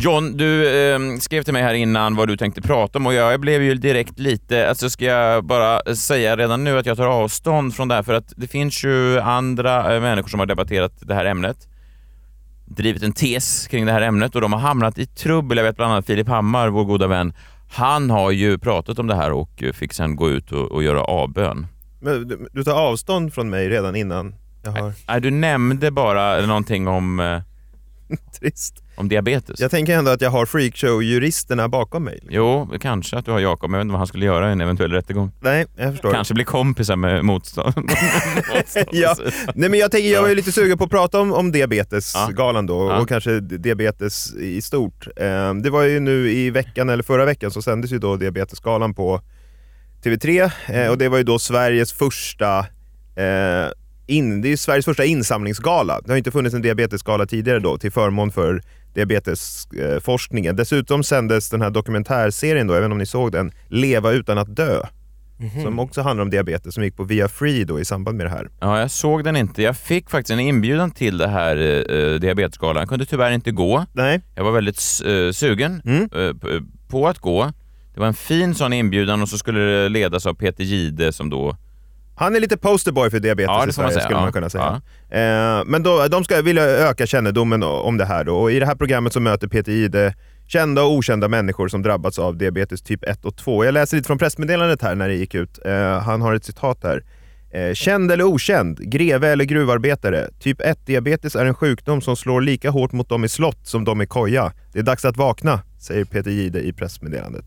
Speaker 2: John, du ehm, skrev till mig här innan vad du tänkte prata om och jag, jag blev ju direkt lite... Alltså ska jag bara säga redan nu att jag tar avstånd från det här för att det finns ju andra eh, människor som har debatterat det här ämnet drivit en tes kring det här ämnet och de har hamnat i trubbel. Jag vet bland annat Filip Hammar, vår goda vän, han har ju pratat om det här och eh, fick sen gå ut och, och göra avbön.
Speaker 3: Men du, du tar avstånd från mig redan innan jag har...
Speaker 2: Nej, du nämnde bara någonting om, eh,
Speaker 3: Trist.
Speaker 2: om diabetes.
Speaker 3: Jag tänker ändå att jag har freakshow-juristerna bakom mig.
Speaker 2: Jo, kanske att du har Jakob, men jag vet inte vad han skulle göra i en eventuell rättegång.
Speaker 3: Nej, jag förstår.
Speaker 2: Kanske bli kompisar med motstånd. motstånd.
Speaker 3: Ja. Nej, men jag, tänker, jag var ju lite sugen på att prata om, om
Speaker 2: Ja.
Speaker 3: diabetesgalan då och
Speaker 2: Ja.
Speaker 3: kanske di- diabetes i stort. Eh, det var ju nu i veckan, eller förra veckan, så sändes ju då diabetesgalan på TV3 eh, och det var ju då Sveriges första eh, in, det är ju Sveriges första insamlingsgala. Det har ju inte funnits en diabetesgala tidigare då till förmån för diabetesforskningen. Dessutom sändes den här dokumentärserien då, även om ni såg den, Leva utan att dö.
Speaker 2: Mhm.
Speaker 3: Som också handlar om diabetes, som gick på Via Free då i samband med det här.
Speaker 2: Ja, jag såg den inte. Jag fick faktiskt en inbjudan till det här eh, diabetesgalan. Jag kunde tyvärr inte gå.
Speaker 3: Nej.
Speaker 2: Jag var väldigt eh, sugen
Speaker 3: Mm.
Speaker 2: eh, p- på att gå. Det var en fin sån inbjudan och så skulle det ledas av Peter Gide som då...
Speaker 3: Han är lite posterboy för diabetes
Speaker 2: Ja, det
Speaker 3: i
Speaker 2: får man
Speaker 3: Sverige
Speaker 2: säga.
Speaker 3: skulle
Speaker 2: Ja,
Speaker 3: man kunna säga. Eh, men då, de ska vilja öka kännedomen o- om det här då. och i det här programmet så möter Peter Jihde kända och okända människor som drabbats av diabetes typ 1 och 2. Jag läser lite från pressmeddelandet här när det gick ut. Eh, han har ett citat här. Eh, Känd eller okänd, greve eller gruvarbetare. Typ 1-diabetes är en sjukdom som slår lika hårt mot dem i slott som dem i koja. Det är dags att vakna, säger Peter Jihde i pressmeddelandet.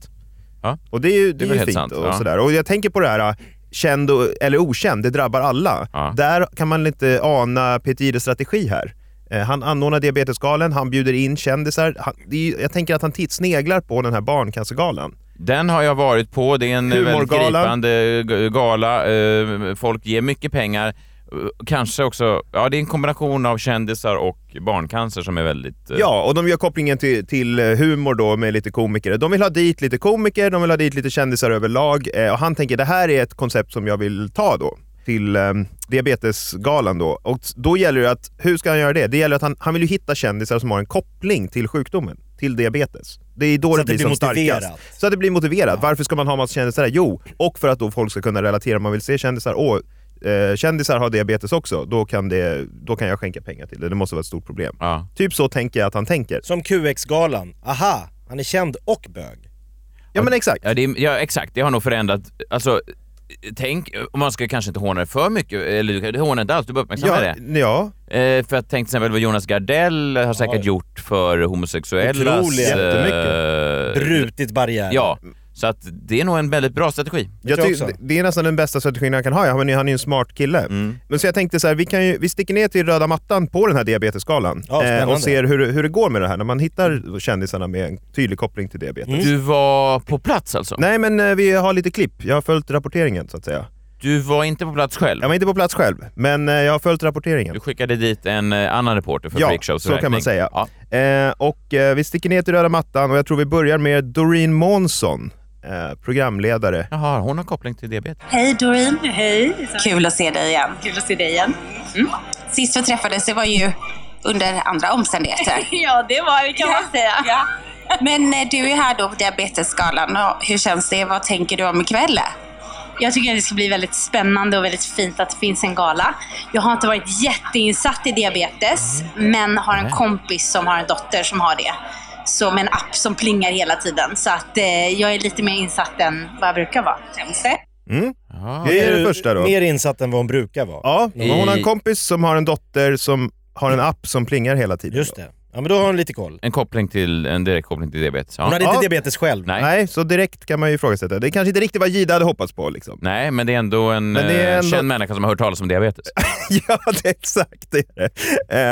Speaker 2: Ja.
Speaker 3: Och det är ju,
Speaker 2: är
Speaker 3: det är
Speaker 2: väl
Speaker 3: ju
Speaker 2: helt
Speaker 3: fint
Speaker 2: sant,
Speaker 3: och
Speaker 2: ja.
Speaker 3: sådär. Och jag tänker på det här, äh, känd och, eller okänd, det drabbar alla.
Speaker 2: Ja.
Speaker 3: Där kan man lite ana Peter Jihdes strategi här. Eh, Han anordnar Diabetesgalan, han bjuder in kändisar. Han, det är, ju- jag tänker att han titt- sneglar på den här Barncancergalan.
Speaker 2: Den har jag varit på. Det är en eh, väldigt
Speaker 3: Humorgalan.
Speaker 2: gripande g- gala. Eh, Folk ger mycket pengar. Eh, Kanske också... Ja, det är en kombination av kändisar och barncancer som är väldigt... eh,
Speaker 3: Ja, och de gör kopplingen till, till eh, humor då med lite komiker. De vill ha dit lite komiker, de vill ha dit lite kändisar överlag. Eh, Och han tänker det här är ett koncept som jag vill ta då till eh, Diabetesgalan då. Och då gäller det att, hur ska han göra det? Det gäller att han, han vill ju hitta kändisar som har en koppling till sjukdomen, till diabetes. Det är då
Speaker 4: Så
Speaker 3: det
Speaker 4: att det
Speaker 3: blir,
Speaker 4: blir
Speaker 3: som starkast.
Speaker 4: motiverat.
Speaker 3: Så att det blir motiverat. Varför ska man ha massa kändisar där? Jo, och för att då folk ska kunna relatera. Man vill se kändisar. Åh, eh, kändisar har diabetes också. Då kan, det, då kan jag skänka pengar till det. Det måste vara ett stort problem.
Speaker 2: ja.
Speaker 3: Typ så tänker jag att han tänker.
Speaker 4: Som QX-galan. Aha, han är känd och bög.
Speaker 3: Ja men exakt.
Speaker 2: Ja, det är, ja, exakt. Det har nog förändrat... Alltså, tänk... Om man ska kanske inte håna det för mycket. Eller du hånar inte alls, du bör uppmärksamma
Speaker 3: Ja,
Speaker 2: det.
Speaker 3: ja,
Speaker 2: Eh, för jag tänkte till exempel vad Jonas Gardell har säkert gjort för homosexuellas...
Speaker 4: Otroligt.
Speaker 2: eh,
Speaker 4: Brutit barriär.
Speaker 2: Ja, så att det är nog en väldigt bra strategi.
Speaker 3: jag
Speaker 4: tror jag
Speaker 3: tycker-
Speaker 4: också.
Speaker 3: det är nästan den bästa strategin han kan ha. Ja, men han är ju en smart kille.
Speaker 2: Mm.
Speaker 3: Men så jag tänkte så här, vi, kan ju, vi sticker ner till röda mattan på den här diabetesskalan eh,
Speaker 4: Ja, spännande.
Speaker 3: och ser hur, hur det går med det här när man hittar kändisarna med en tydlig koppling till diabetes.
Speaker 2: Du var på plats alltså?
Speaker 3: Nej men eh, vi har lite klipp, jag har följt rapporteringen så att säga.
Speaker 2: Du var inte på plats själv?
Speaker 3: Jag var inte på plats själv, men eh, jag har följt rapporteringen.
Speaker 2: Du skickade dit en eh, annan reporter för
Speaker 3: Ja,
Speaker 2: Freakshows
Speaker 3: så kan
Speaker 2: räkning.
Speaker 3: man säga.
Speaker 2: Ja.
Speaker 3: Eh, och eh, vi sticker ner till röda mattan och jag tror vi börjar med Doreen Månsson, eh, programledare.
Speaker 2: Jaha, hon har koppling till diabetes.
Speaker 6: Hej Doreen!
Speaker 7: Hej!
Speaker 6: Kul att se dig igen. Mm.
Speaker 7: Kul att se dig igen.
Speaker 6: Sist vi träffades, det var ju under andra omständigheter.
Speaker 7: Ja, det var det kan man säga.
Speaker 6: Ja. Men eh, du är här då på diabetesskalan. Och hur känns det? Vad tänker du om ikväll?
Speaker 7: Jag tycker att det ska bli väldigt spännande och väldigt fint att det finns en gala. Jag har inte varit jätteinsatt i diabetes, men har en kompis som har en dotter som har det. Så med en app som plingar hela tiden. Så att eh, jag är lite mer insatt än vad jag brukar vara.
Speaker 3: Mm.
Speaker 2: Ja.
Speaker 3: Det är det första då.
Speaker 4: Mer insatt än vad hon brukar vara.
Speaker 3: Ja, hon har en kompis som har en dotter som har en app som plingar hela tiden.
Speaker 4: Just det. Ja men då har hon lite koll.
Speaker 2: En koppling till, en direkt koppling till diabetes.
Speaker 4: Hon
Speaker 2: Ja.
Speaker 4: hade
Speaker 3: Ja.
Speaker 4: inte diabetes själv.
Speaker 2: Nej.
Speaker 3: Nej, så direkt kan man ju ifrågasätta. Det är kanske inte riktigt vad Gida hade hoppats på. Liksom.
Speaker 2: Nej, men det är ändå en
Speaker 3: Men det är
Speaker 2: eh,
Speaker 3: ändå-
Speaker 2: känd människa som har hört talas om diabetes.
Speaker 3: ja, det är exakt det. är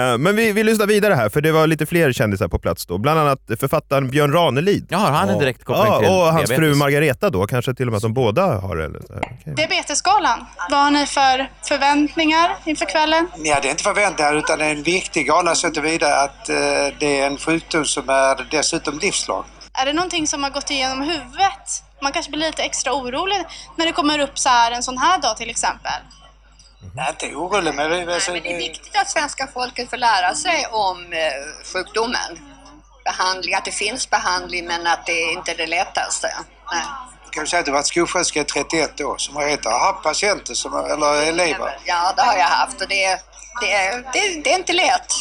Speaker 3: det. Eh, men vi, vi lyssnar vidare här, för det var lite fler kändisar på plats då. Bland annat författaren Björn Ranelid.
Speaker 2: Ja, har han en direkt koppling till
Speaker 3: och hans
Speaker 2: diabetes?
Speaker 3: fru Margareta då. Kanske till och med att de båda har det. eller så här. Okej.
Speaker 7: Diabetesgalan, vad har ni för förväntningar inför kvällen?
Speaker 8: Ja, det är inte förväntningar utan det är en viktig gala så tillvida att eh, det är en sjukdom som är dessutom livslång.
Speaker 7: Är det någonting som har gått igenom huvudet? Man kanske blir lite extra orolig när det kommer upp så här en sån här dag till exempel.
Speaker 8: Nej, inte orolig men... Nej,
Speaker 7: viktigt att svenska folket får lära sig om eh, sjukdomen. Behandling, att det finns behandling men att det inte är det lättaste.
Speaker 8: kan säga att du varit skolsköterska i 31 år som har rätt att ha patienter som, eller elever.
Speaker 7: Ja, det har jag haft och det, det är inte lätt.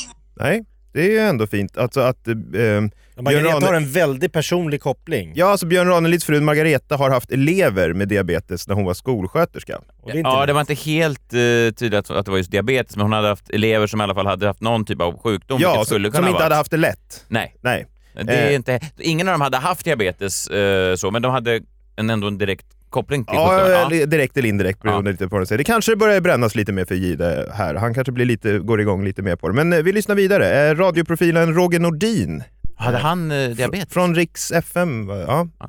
Speaker 3: Nej, det är ju ändå fint. Alltså att eh, Björn
Speaker 4: Margareta har
Speaker 3: Rane-
Speaker 4: en väldigt personlig koppling.
Speaker 3: Ja, alltså Björn Ranelids fru Margareta har haft elever med diabetes när hon var skolsköterska.
Speaker 4: Och det är inte
Speaker 2: Ja,
Speaker 4: lätt.
Speaker 2: det var inte helt eh, tydligt att, att det var just diabetes, men hon hade haft elever som i alla fall hade haft någon typ av sjukdom.
Speaker 3: ja,
Speaker 2: vilket
Speaker 3: som
Speaker 2: skulle
Speaker 3: inte
Speaker 2: kunna vara.
Speaker 3: hade haft det lätt.
Speaker 2: Nej,
Speaker 3: Nej.
Speaker 2: det är
Speaker 3: Eh.
Speaker 2: inte... Ingen av dem hade haft diabetes, eh, så, men de hade en, ändå en direkt koppling till
Speaker 3: Ja,
Speaker 2: sjukdomen.
Speaker 3: eller direkt eller indirekt beroende
Speaker 2: Ja.
Speaker 3: lite på vad de säger. Det kanske börjar brännas lite mer för Gide här. Han kanske blir lite, går igång lite mer på det. Men eh, vi lyssnar vidare. Eh, radioprofilen Roger Nordin
Speaker 2: Ja. Hade han eh, diabetes?
Speaker 3: från Riks FM, va?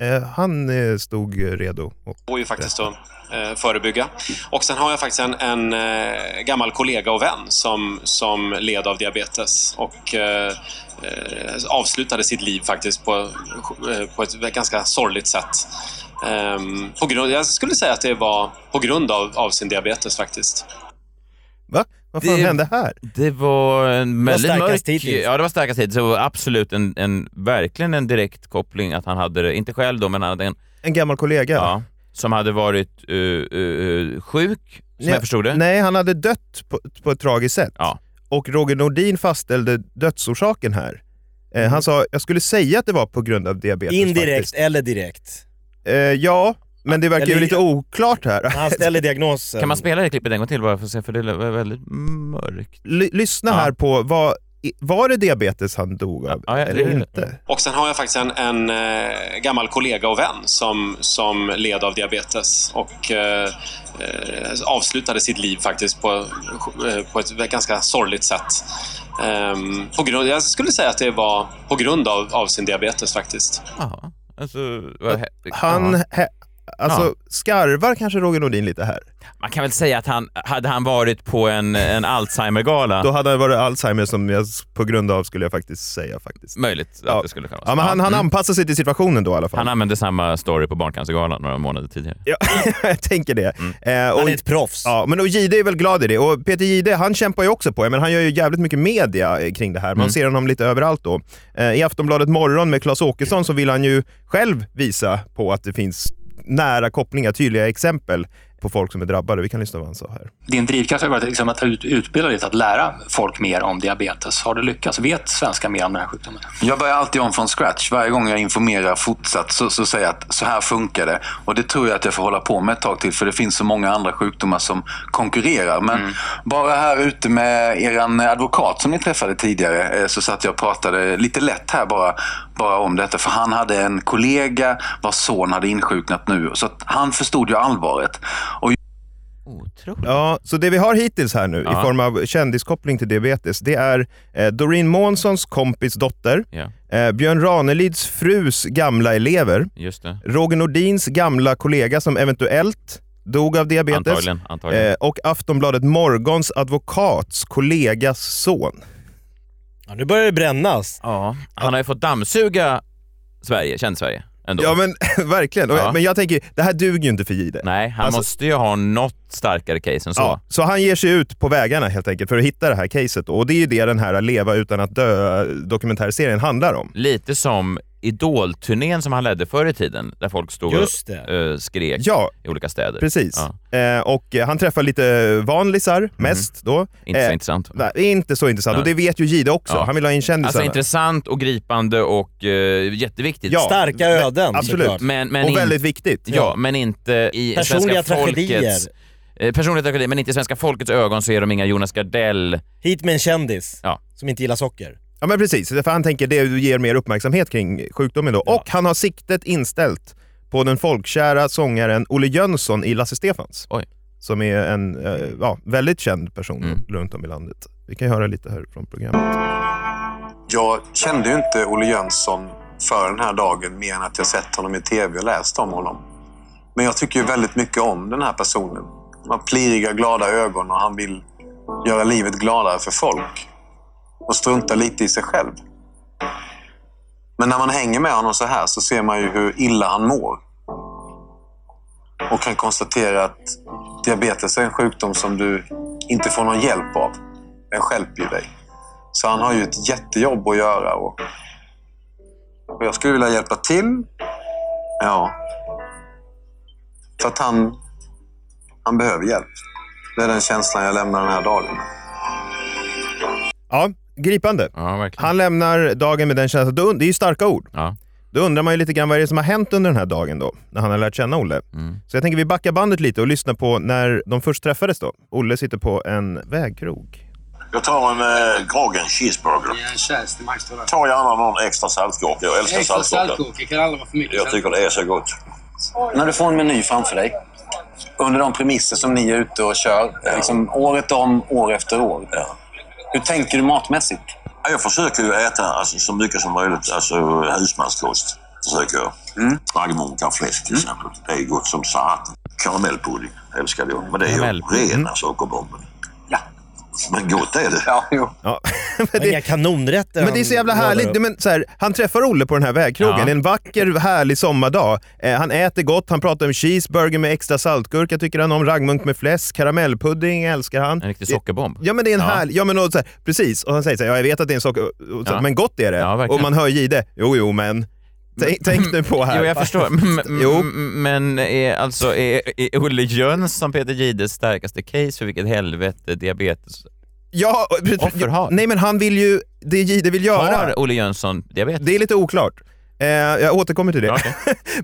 Speaker 3: ja, eh, han eh, stod eh, redo. Och
Speaker 9: går ju faktiskt att eh, förebygga. Och sen har jag faktiskt en, en eh, gammal kollega och vän som, som led av diabetes och eh, eh, avslutade sitt liv faktiskt på, eh, på ett ganska sorgligt sätt. Ehm, på grund, jag skulle säga att det var på grund av, av sin diabetes faktiskt.
Speaker 3: Va? Vad fan
Speaker 2: Det-
Speaker 3: hände här?
Speaker 2: Det var en
Speaker 4: Det var
Speaker 2: väldigt
Speaker 4: starkast
Speaker 2: mörk...
Speaker 4: hittills.
Speaker 2: Ja, det var starkast hittills. Det var absolut en, en, verkligen en direkt koppling att han hade det. Inte själv då, men han hade en
Speaker 3: En gammal kollega?
Speaker 2: ja, som hade varit eh, eh, sjuk, som
Speaker 3: Nej,
Speaker 2: jag förstod det.
Speaker 3: Nej, han hade dött på, på ett tragiskt sätt.
Speaker 2: Ja.
Speaker 3: Och Roger Nordin fastställde dödsorsaken här. Eh, han sa, jag skulle säga att det var på grund av diabetes
Speaker 4: Indirekt
Speaker 3: faktiskt."
Speaker 4: eller direkt.
Speaker 3: Eh, ja, men det verkar ju
Speaker 4: Eller-
Speaker 3: lite oklart här.
Speaker 4: Han ställer diagnosen.
Speaker 2: Kan man spela det klippet en gång till bara för att se? För det var väldigt mörkt.
Speaker 3: Ly- lyssna
Speaker 2: Ja.
Speaker 3: här på, vad, i- var det diabetes han dog av
Speaker 2: Ja, ja, det
Speaker 3: eller
Speaker 2: är det.
Speaker 3: inte?
Speaker 9: Och sen har jag faktiskt en, en eh, gammal kollega och vän som, som led av diabetes och eh, eh, avslutade sitt liv faktiskt på, eh, på ett ganska sorgligt sätt. Ehm, på grund, jag skulle säga att det var på grund av, av sin diabetes faktiskt.
Speaker 2: Jaha. Alltså, vad hä-
Speaker 3: Eh, Han,
Speaker 2: Ja.
Speaker 3: he, alltså skarvar kanske Roger Nordin lite här.
Speaker 2: Man kan väl säga att han, hade han varit på en, en Alzheimer-gala,
Speaker 3: Då hade det varit Alzheimer som jag s- på grund av skulle jag faktiskt säga faktiskt.
Speaker 2: möjligt att
Speaker 3: Ja.
Speaker 2: det skulle kunna vara
Speaker 3: Ja, men han, han
Speaker 2: mm.
Speaker 3: anpassar sig till situationen då i alla fall.
Speaker 2: han använde samma story på Barncancergalan några månader tidigare.
Speaker 3: ja, jag tänker det.
Speaker 2: Mm.
Speaker 3: Eh, och,
Speaker 4: Han är ett proffs.
Speaker 3: ja, men och Jihde är väl glad i det. Och Peter Jihde, han kämpar ju också på. Men han gör ju jävligt mycket media eh, kring det här. Man
Speaker 2: Mm.
Speaker 3: ser honom lite överallt då. Eh, I Aftonbladet Morgon med Claes Åkesson så vill han ju själv visa på att det finns nära kopplingar, tydliga exempel på folk som är drabbade. Vi kan lyssna på vad han sa här.
Speaker 9: Din drivkraft har varit att utbilda dig att lära folk mer om diabetes. Har du lyckats? Vet svenskar mer om den här sjukdomen?
Speaker 5: Jag börjar alltid om från scratch. Varje gång jag informerar fortsatt så, så säger jag att så här funkar det. Och det tror jag att jag får hålla på med ett tag till för det finns så många andra sjukdomar som konkurrerar. Men bara här ute med er advokat som ni träffade tidigare eh, så satt jag och pratade lite lätt här bara, bara om detta. För han hade en kollega vars son hade insjuknat nu. Så att han förstod ju allvaret. Och
Speaker 2: Otroligt.
Speaker 3: Ja, så det vi har hittills här nu
Speaker 2: Ja.
Speaker 3: i form av kändiskoppling till diabetes, det är eh, Doreen Månssons kompis dotter,
Speaker 2: Ja,
Speaker 3: eh, Björn Ranelids frus gamla elever,
Speaker 2: just det.
Speaker 3: Roger Nordins gamla kollega som eventuellt dog av diabetes
Speaker 2: Antagligen. antagligen.
Speaker 3: eh, och Aftonbladet Morgons advokats kollegas son.
Speaker 4: Ja, nu börjar det brännas.
Speaker 2: ja. Han har ju fått dammsuga Sverige, känd Sverige. Ändå.
Speaker 3: Ja men verkligen, Och-
Speaker 2: Ja.
Speaker 3: men jag tänker det här duger ju inte för Jihde.
Speaker 2: Nej, han
Speaker 3: Alltså-
Speaker 2: måste ju ha något starkare case än så.
Speaker 3: Ja, så han ger sig ut på vägarna helt enkelt för att hitta det här caset då. och det är ju det den här Leva utan att dö dokumentärserien handlar om.
Speaker 2: Lite som Idol-turnén som han ledde förr i tiden, där folk stod
Speaker 4: Just
Speaker 2: och
Speaker 4: det.
Speaker 2: eh, skrek
Speaker 3: Ja,
Speaker 2: i olika städer.
Speaker 3: Precis.
Speaker 2: Ja. Mhm.
Speaker 3: Eh, och eh, han träffar lite vanlisar mest då.
Speaker 2: Inte så
Speaker 3: Eh,
Speaker 2: intressant.
Speaker 3: nej, inte så intressant.
Speaker 2: Nej.
Speaker 3: Och det vet ju Jihde också.
Speaker 2: Ja.
Speaker 3: Han vill ha in kändisarna.
Speaker 2: Alltså intressant och gripande och eh, jätteviktigt.
Speaker 3: Ja,
Speaker 4: Starka
Speaker 3: men-
Speaker 4: öden
Speaker 3: absolut.
Speaker 4: såklart.
Speaker 2: Men, men
Speaker 3: och
Speaker 2: in-
Speaker 3: väldigt viktigt.
Speaker 2: Ja, men inte i
Speaker 4: Personliga
Speaker 2: svenska
Speaker 4: tragedier.
Speaker 2: folkets Eh, Personlighetsakademin, men inte i svenska folkets ögon så är de inga Jonas Gardell.
Speaker 4: Hit med en kändis
Speaker 2: Ja.
Speaker 4: som inte gillar socker.
Speaker 3: Ja men precis, för han tänker det ger mer uppmärksamhet kring sjukdomen då. Och han har siktet inställt på den folkkära sångaren Olle Jönsson i Lasse Stefans.
Speaker 2: Oj.
Speaker 3: Som är en eh, ja, väldigt känd person runt om i landet. Vi kan ju höra lite här från programmet.
Speaker 9: Jag kände ju inte Olle Jönsson för den här dagen mer än att jag sett honom i tv och läst om honom. Men jag tycker ju väldigt mycket om den här personen. Han har pliriga, glada ögon och han vill göra livet gladare för folk. Och strunta lite i sig själv. Men när man hänger med honom så här så ser man ju hur illa han mår. Och kan konstatera att diabetes är en sjukdom som du inte får någon hjälp av. Den stjälper ju dig. Så han har ju ett jättejobb att göra. Och, och jag skulle vilja hjälpa till. Ja. För att han, han behöver hjälp. Det är den känslan jag lämnar den här dagen.
Speaker 3: Ja, gripande. han lämnar dagen med den känslan. Alltså, Då und- Det är ju starka ord. Då undrar man ju lite grann vad är det som har hänt under den här dagen då, när han har lärt känna Olle. Så jag tänker vi backar bandet lite och lyssnar på när de först träffades då. Olle sitter på en vägkrog.
Speaker 7: Jag tar en eh, Grogen cheeseburger. Ta gärna någon extra saltkaka. Jag älskar
Speaker 10: Extra
Speaker 7: saltkaka.
Speaker 10: saltkaka kan aldrig vara för mycket.
Speaker 7: Jag tycker det är så gott.
Speaker 9: När du får en meny framför dig, under de premisser som ni är ute och kör, liksom året om, år efter år. Hur tänker du matmässigt?
Speaker 7: Ja, Jag försöker ju äta alltså, så mycket som möjligt, alltså husmanskost. Försöker jag. Raggmunkar, fläsk till exempel. Det är gott som satan. Karamellpudding älskar jag. Men det är ju
Speaker 3: Karamellpudding.
Speaker 7: rena sockerbomben. Men gott är det.
Speaker 9: Ja, jo.
Speaker 3: Ja.
Speaker 4: Men Inga kanonrätter
Speaker 3: Men det är så jävla
Speaker 4: han radar
Speaker 3: härligt.
Speaker 4: upp.
Speaker 3: Men så här, han träffar Olle på den här vägkrogen.
Speaker 4: Ja.
Speaker 3: En vacker, härlig sommardag. Eh, han äter gott, han pratar om cheeseburger med extra saltgurka tycker han om, raggmunk med fläsk, karamellpudding älskar han. En
Speaker 2: riktig sockerbomb.
Speaker 3: Ja men det är en
Speaker 2: Ja.
Speaker 3: härlig, ja men och så här, precis. Och han säger så här, ja, jag vet att det är en socker, och så, här,
Speaker 2: Ja.
Speaker 3: men gott är det.
Speaker 2: Ja, verkligen.
Speaker 3: och man hör ju i det, jo jo men. Tänk, tänk nu på här.
Speaker 2: Jo, jag förstår. M-
Speaker 3: jo.
Speaker 2: m- Men är, alltså, är, är Olle Jönsson Peter Gides starkaste case för vilket helvete diabetes...
Speaker 3: Ja, och-
Speaker 2: Offer har.
Speaker 3: Nej men han vill ju, det Jihde vill göra.
Speaker 2: Har Olle Jönsson diabetes?
Speaker 3: Det är lite oklart. Eh, jag återkommer till det.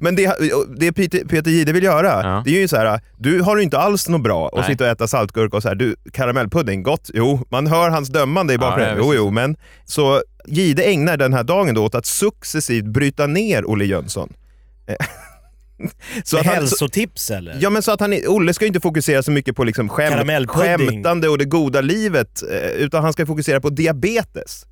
Speaker 3: Men det, det Peter, Peter Jihde vill göra, det är ju så här, du har ju inte alls något bra att
Speaker 2: Nej.
Speaker 3: sitta och äta saltgurka och så här, du, karamellpudding, gott, jo, man hör hans dömande i bakgrunden,
Speaker 2: det är
Speaker 3: jo,
Speaker 2: precis.
Speaker 3: jo, men. Så Jihde ägnar den här dagen då åt att successivt bryta ner Olle Jönsson. Eh,
Speaker 4: Med
Speaker 3: att han-
Speaker 4: hälsotips eller?
Speaker 3: Ja men så att han, Olle ska ju inte fokusera så mycket på liksom skämt,
Speaker 4: Karamellpudding.
Speaker 3: skämtande och det goda livet, eh, utan han ska fokusera på diabetes.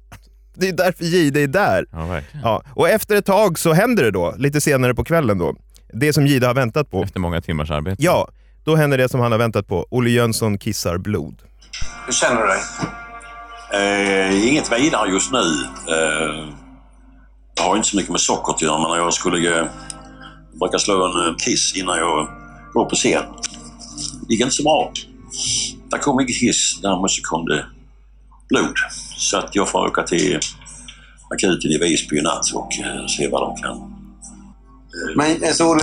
Speaker 3: Det är därför Jihde är där.
Speaker 2: Ja, verkligen.
Speaker 3: Ja, och efter ett tag så händer det då, lite senare på kvällen då, det som Jihde har väntat på.
Speaker 2: Efter många timmars arbete.
Speaker 3: Ja, då händer det som han har väntat på. Olle Jönsson kissar blod.
Speaker 9: Hur känner du dig?
Speaker 7: Eh, inget vidare just nu. Eh, jag har inte så mycket med socker att göra, men när jag skulle... Eh, brukar slå en eh, kiss innan jag går på scen. Det gick inte så bra. Där kom ingen hiss, däremot så kom det blod. Så att jag får åka till akuten i Visby i natt och eh, se vad de kan
Speaker 9: Men alltså, Olle,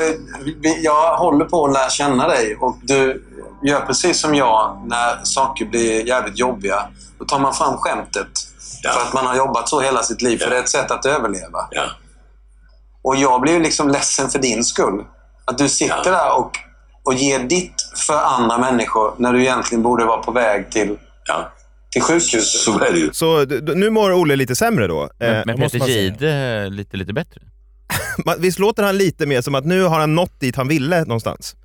Speaker 9: vi- jag håller på att lära känna dig och du gör precis som jag när saker blir jävligt jobbiga. Då tar man fram skämtet. För att man har jobbat så hela sitt liv. För det är ett sätt att överleva. Och jag blir ju liksom ledsen för din skull. Att du sitter där och, och ger ditt för andra människor när du egentligen borde vara på väg till, till sjukhuset.
Speaker 7: Så är det ju.
Speaker 3: Så d- d- nu mår Olle lite sämre då. Eh,
Speaker 2: Men, men Peter
Speaker 3: måste man säga.
Speaker 2: Jihde lite, lite bättre?
Speaker 3: Man- Visst låter han lite mer som att nu har han nått dit han ville någonstans?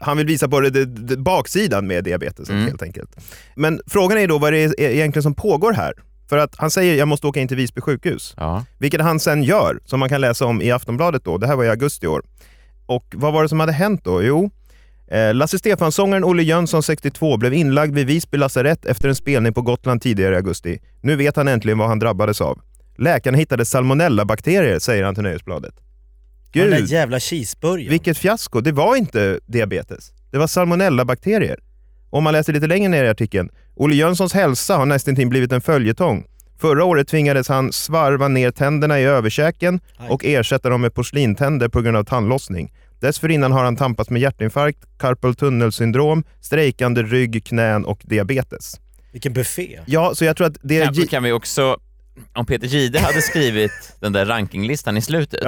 Speaker 3: Han vill visa på det, det, det, baksidan med diabetesen helt enkelt. Men frågan är då vad det är egentligen som pågår här. För att han säger jag måste åka in till Visby sjukhus. Vilket han sen gör, som man kan läsa om i Aftonbladet då. Det här var i augusti i år. Och vad var det som hade hänt då? Jo, eh, Lasse Stefans-sångaren Olle Jönsson, 62, blev inlagd vid Visby lasarett efter en spelning på Gotland tidigare i augusti. Nu vet han äntligen vad han drabbades av. Läkarna hittade salmonellabakterier, säger han till Nöjesbladet.
Speaker 4: Den där
Speaker 3: Gud,
Speaker 4: jävla cheeseburgaren.
Speaker 3: vilket fiasko. Det var inte diabetes. Det var salmonellabakterier. Om man läser lite längre ner i artikeln. Olle Jönssons hälsa har nästintill blivit en följetong. Förra året tvingades han svarva ner tänderna i överkäken och ersätta dem med porslintänder på grund av tandlossning. Dessförinnan har han tampats med hjärtinfarkt, carpal tunnel-syndrom, strejkande rygg, knän och diabetes.
Speaker 4: Vilken buffé.
Speaker 3: Ja, så jag tror att det...
Speaker 2: Kanske kan vi också om Peter Gide hade skrivit den där rankinglistan i slutet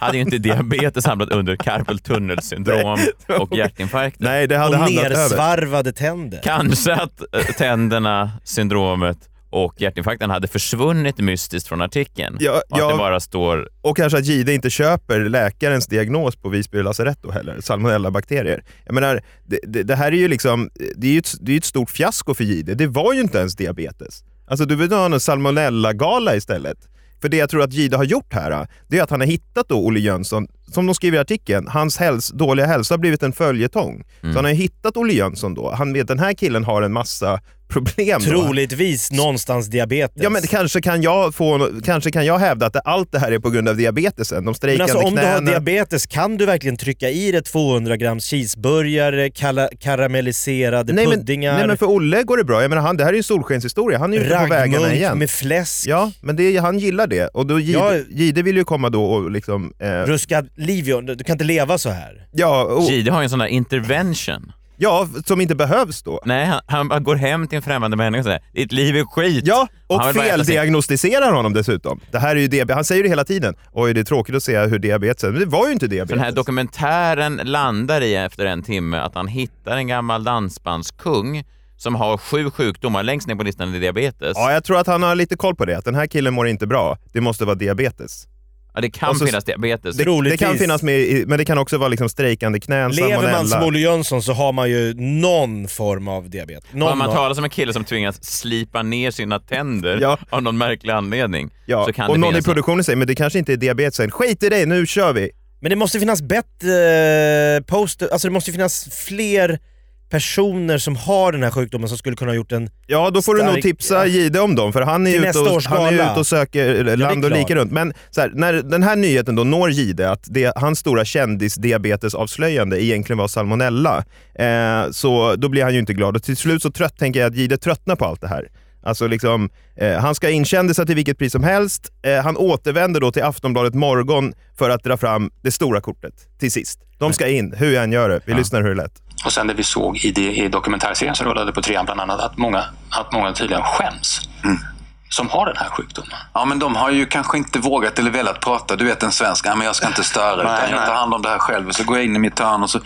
Speaker 2: hade ju inte diabetes hamnat under carpal tunnel syndrom och hjärtinfarkter.
Speaker 3: Nej, det hade
Speaker 4: och
Speaker 3: handlat över.
Speaker 4: nersvarvade tänder.
Speaker 2: Kanske att eh, tänderna, syndromet och hjärtinfarkten hade försvunnit mystiskt från artikeln
Speaker 3: Ja,
Speaker 2: och att
Speaker 3: ja.
Speaker 2: det bara står
Speaker 3: Och kanske att Gide inte köper läkarens diagnos på Visby lasarett då heller, salmonellabakterier. Jag menar, det, det, det här är ju liksom, det är ju ett, det är ju ett stort fiasko för Gide. Det var ju inte ens diabetes. Alltså du vill ha en salmonellagala istället. För det jag tror att Gide har gjort här, det är att han har hittat då Olle Jönsson, som de skriver i artikeln, hans häls dåliga hälsa har blivit en följetong. Så han har ju hittat Olle Jönsson då. Han vet den här killen har en massa problem. då.
Speaker 4: Troligtvis någonstans diabetes.
Speaker 3: Ja men det kanske kan, jag få, kanske kan jag hävda att allt det här är på grund av diabetesen. De
Speaker 4: Men
Speaker 3: strejkande
Speaker 4: alltså, om du har
Speaker 3: knäna.
Speaker 4: diabetes, kan du verkligen trycka i dig 200 gram cheeseburgare, kala- karamelliserade
Speaker 3: nej, men,
Speaker 4: puddingar,
Speaker 3: nej men för Olle går det bra. Jag menar, han, det här är ju en solskenshistoria. Han är ju ute på vägarna
Speaker 4: raggmunk
Speaker 3: igen.
Speaker 4: med fläsk,
Speaker 3: Ja, men det, han gillar det. Och då Gide,
Speaker 4: Ja.
Speaker 3: Gide vill ju komma då och liksom... Eh,
Speaker 4: ruskad livion? Du kan inte leva så här.
Speaker 3: ja, och,
Speaker 2: Gide har ju en sån där intervention.
Speaker 3: ja, som inte behövs då.
Speaker 2: Nej, han, han bara går hem till en främmande människa och säger ditt liv är skit.
Speaker 3: Ja,
Speaker 2: Han
Speaker 3: och
Speaker 2: vill bara äta sig-
Speaker 3: feldiagnostiserar honom dessutom. Det här är ju diabetes. Han säger det hela tiden. Oj, det är tråkigt att se hur diabetes är. Men det var ju inte
Speaker 2: Så den här
Speaker 3: diabetes.
Speaker 2: dokumentären landar i efter en timme att han hittar en gammal dansbandskung som har sju sjukdomar. Längst ner på listan är diabetes. Ja,
Speaker 3: Ja, jag tror att han har lite koll på det. Att den här killen mår inte bra. Det måste vara diabetes.
Speaker 2: det kan
Speaker 3: och så-
Speaker 2: finnas diabetes.
Speaker 3: Det, det
Speaker 4: Troligtvis.
Speaker 3: kan finnas med, i- men det kan också vara liksom strejkande knän,
Speaker 4: Lever man som
Speaker 3: salmonella.
Speaker 4: Olle Jönsson så har man ju någon form av diabetes.
Speaker 2: Om
Speaker 4: Någon
Speaker 2: man
Speaker 4: av-
Speaker 2: talar som en kille som tvingas slipa ner sina tänder
Speaker 3: Ja.
Speaker 2: av någon märklig anledning.
Speaker 3: Ja.
Speaker 2: Så kan
Speaker 3: Och
Speaker 2: det
Speaker 3: någon i
Speaker 2: finnas
Speaker 3: produktionen säger, men det kanske inte är diabetesen. Skit i det, nu kör vi!
Speaker 4: Men det måste finnas bättre poster, alltså det måste finnas fler personer som har den här sjukdomen som skulle kunna ha gjort en...
Speaker 3: Ja, då får du
Speaker 4: Stark-
Speaker 3: nog tipsa Jihde om dem, för han
Speaker 4: Till
Speaker 3: är, ute
Speaker 4: nästa
Speaker 3: och,
Speaker 4: års
Speaker 3: han är
Speaker 4: gala.
Speaker 3: ute och söker eh, land och
Speaker 4: klart.
Speaker 3: rike runt. Men så här, när den här nyheten då når Jihde, att det, hans stora kändisdiabetesavslöjande egentligen var salmonella, eh, så då blir han ju inte glad. Och till slut så trött, tänker jag att Jihde tröttnar på allt det här. Alltså liksom, eh, han ska in kändisar till vilket pris som helst. Eh, han återvänder då till Aftonbladet Morgon för att dra fram det stora kortet till sist. De ska in, hur jag än gör det. Vi lyssnar hur det lät.
Speaker 5: Och sen det vi såg i, det, i dokumentärserien som rullade på trean bland annat, att många, att många tydligen skäms. Som har den här sjukdomen.
Speaker 11: Mm. Ja, men de har ju kanske inte vågat eller velat prata. Du vet en svensk, nej men jag ska inte störa utan
Speaker 5: Nej,
Speaker 11: jag
Speaker 5: nej.
Speaker 11: tar hand om det här själv. Så går jag in i mitt hörn och så...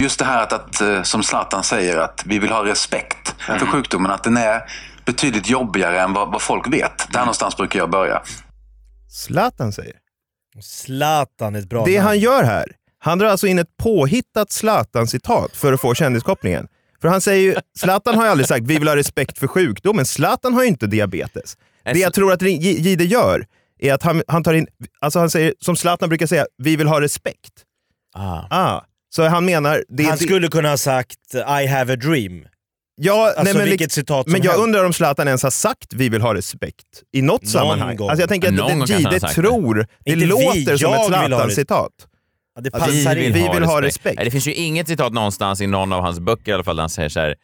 Speaker 11: Just det här att, att eh, som Zlatan säger, att vi vill ha respekt
Speaker 5: Mm.
Speaker 11: för sjukdomen. Att den är betydligt jobbigare än vad, vad folk vet.
Speaker 5: Mm.
Speaker 11: Där någonstans brukar jag börja.
Speaker 3: Zlatan säger.
Speaker 4: Zlatan är ett bra
Speaker 3: Det
Speaker 4: namn.
Speaker 3: han gör här, han drar alltså in ett påhittat Zlatan-citat för att få kändiskopplingen. För han säger ju, Zlatan har ju aldrig sagt vi vill ha respekt för sjukdomen. Zlatan har ju inte diabetes. Det
Speaker 4: Alltså-
Speaker 3: jag tror att Ri- Jihde gör är att han, han tar in, alltså han säger, som Zlatan brukar säga, vi vill ha respekt.
Speaker 2: Ah.
Speaker 3: Ah. Så han menar... Det,
Speaker 4: Han
Speaker 3: det-
Speaker 4: skulle kunna ha sagt I have a dream.
Speaker 3: ja, nej,
Speaker 4: Alltså
Speaker 3: men,
Speaker 4: vilket
Speaker 3: lik-
Speaker 4: citat som
Speaker 3: men jag
Speaker 4: helst.
Speaker 3: undrar om Zlatan ens har sagt vi vill ha respekt i något
Speaker 4: Någon
Speaker 3: sammanhang.
Speaker 4: gång.
Speaker 3: Alltså jag tänker
Speaker 2: Någon gång
Speaker 3: att
Speaker 2: kanske
Speaker 3: det-
Speaker 2: han har
Speaker 3: Jihde
Speaker 2: sagt
Speaker 3: tror, det,
Speaker 4: Inte vi,
Speaker 3: låter som
Speaker 4: jag
Speaker 3: ett
Speaker 4: vill ha
Speaker 3: Zlatan-citat.
Speaker 4: Ja, det
Speaker 3: Ja,
Speaker 4: passar in.
Speaker 3: Alltså, vi vill ha respekt.
Speaker 2: Nej, det finns ju inget citat någonstans i någon av hans böcker i alla fall där han säger så här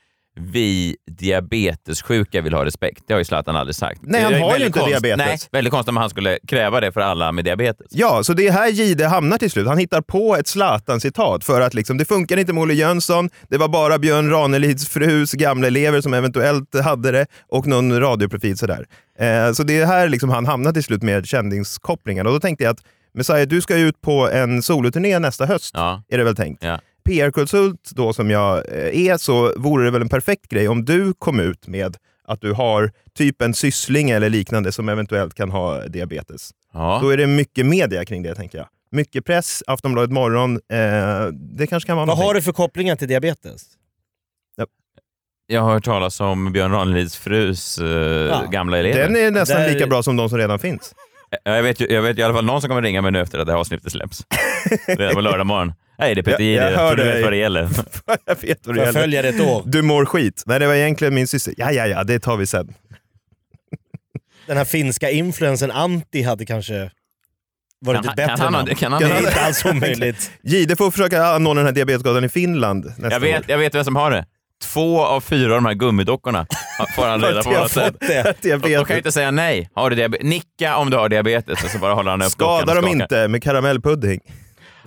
Speaker 2: vi diabetessjuka vill ha respekt. Det har ju Zlatan aldrig sagt.
Speaker 3: Nej, han
Speaker 2: Det är
Speaker 3: har ju
Speaker 2: väldigt
Speaker 3: inte diabetes.
Speaker 2: Nej, väldigt konstigt om han skulle kräva det för alla med diabetes.
Speaker 3: Ja, så det är här Gide hamnar till slut. Han hittar på ett Zlatan-citat för att liksom, det funkar inte med Olle Jönsson, det var bara Björn Ranelids frus gamla elever som eventuellt hade det och någon radioprofil sådär. Eh, så det är här liksom han hamnar till slut med kändiskopplingen. Och då tänkte jag att Messiah, du ska ju ut på en soloturné nästa höst,
Speaker 2: Ja.
Speaker 3: är det väl tänkt?
Speaker 2: Ja.
Speaker 3: PR-konsult då som jag eh, är så vore det väl en perfekt grej om du kom ut med att du har typ en syssling eller liknande som eventuellt kan ha diabetes.
Speaker 2: Ja.
Speaker 3: Då är det mycket media kring det, tänker jag. Mycket press, Aftonbladet Morgon. Eh, det kanske kan vara
Speaker 4: Vad har
Speaker 3: någonting.
Speaker 4: du för kopplingar till diabetes?
Speaker 2: Jag har hört talas om Björn Ranelids frus eh, gamla elever.
Speaker 3: Den är nästan
Speaker 4: Där-
Speaker 3: lika bra som de som redan finns.
Speaker 2: Ja, Jag, vet ju, jag vet ju i alla fall någon som kommer ringa mig nu efter att det här avsnittet släpps. Redan på lördag morgon. Hej, det är Peter
Speaker 3: Jag- jag
Speaker 2: Jihde.
Speaker 3: hör
Speaker 2: Tror du
Speaker 3: dig.
Speaker 2: vet vad det gäller.
Speaker 3: jag vet vad det
Speaker 4: Jag
Speaker 3: gäller.
Speaker 4: följer ett år.
Speaker 3: Du mår skit. Nej, det var egentligen min syster. Ja, ja, ja, det tar vi sen.
Speaker 4: Den här finska influensen Antti hade kanske
Speaker 2: Kan
Speaker 4: varit
Speaker 2: han-
Speaker 4: ett bättre
Speaker 2: kan han ha-
Speaker 4: namn.
Speaker 2: kan han
Speaker 4: det
Speaker 2: ha-
Speaker 4: är inte alls omöjligt.
Speaker 3: Jihde får försöka anordna den här diabetesgalan i Finland nästa
Speaker 2: Jag
Speaker 3: år.
Speaker 2: vet, jag vet vem som har det. Två av fyra av de här gummidockorna får han reda på.
Speaker 4: Jag har
Speaker 2: Och sen-
Speaker 4: fått det.
Speaker 2: De de kan ju
Speaker 3: Diabetes.
Speaker 2: inte säga nej. Har du diabetes? Nicka om du har diabetes och så bara håller han upp dockan
Speaker 3: Skadar
Speaker 2: och
Speaker 3: de
Speaker 2: skakar.
Speaker 3: inte med karamellpudding?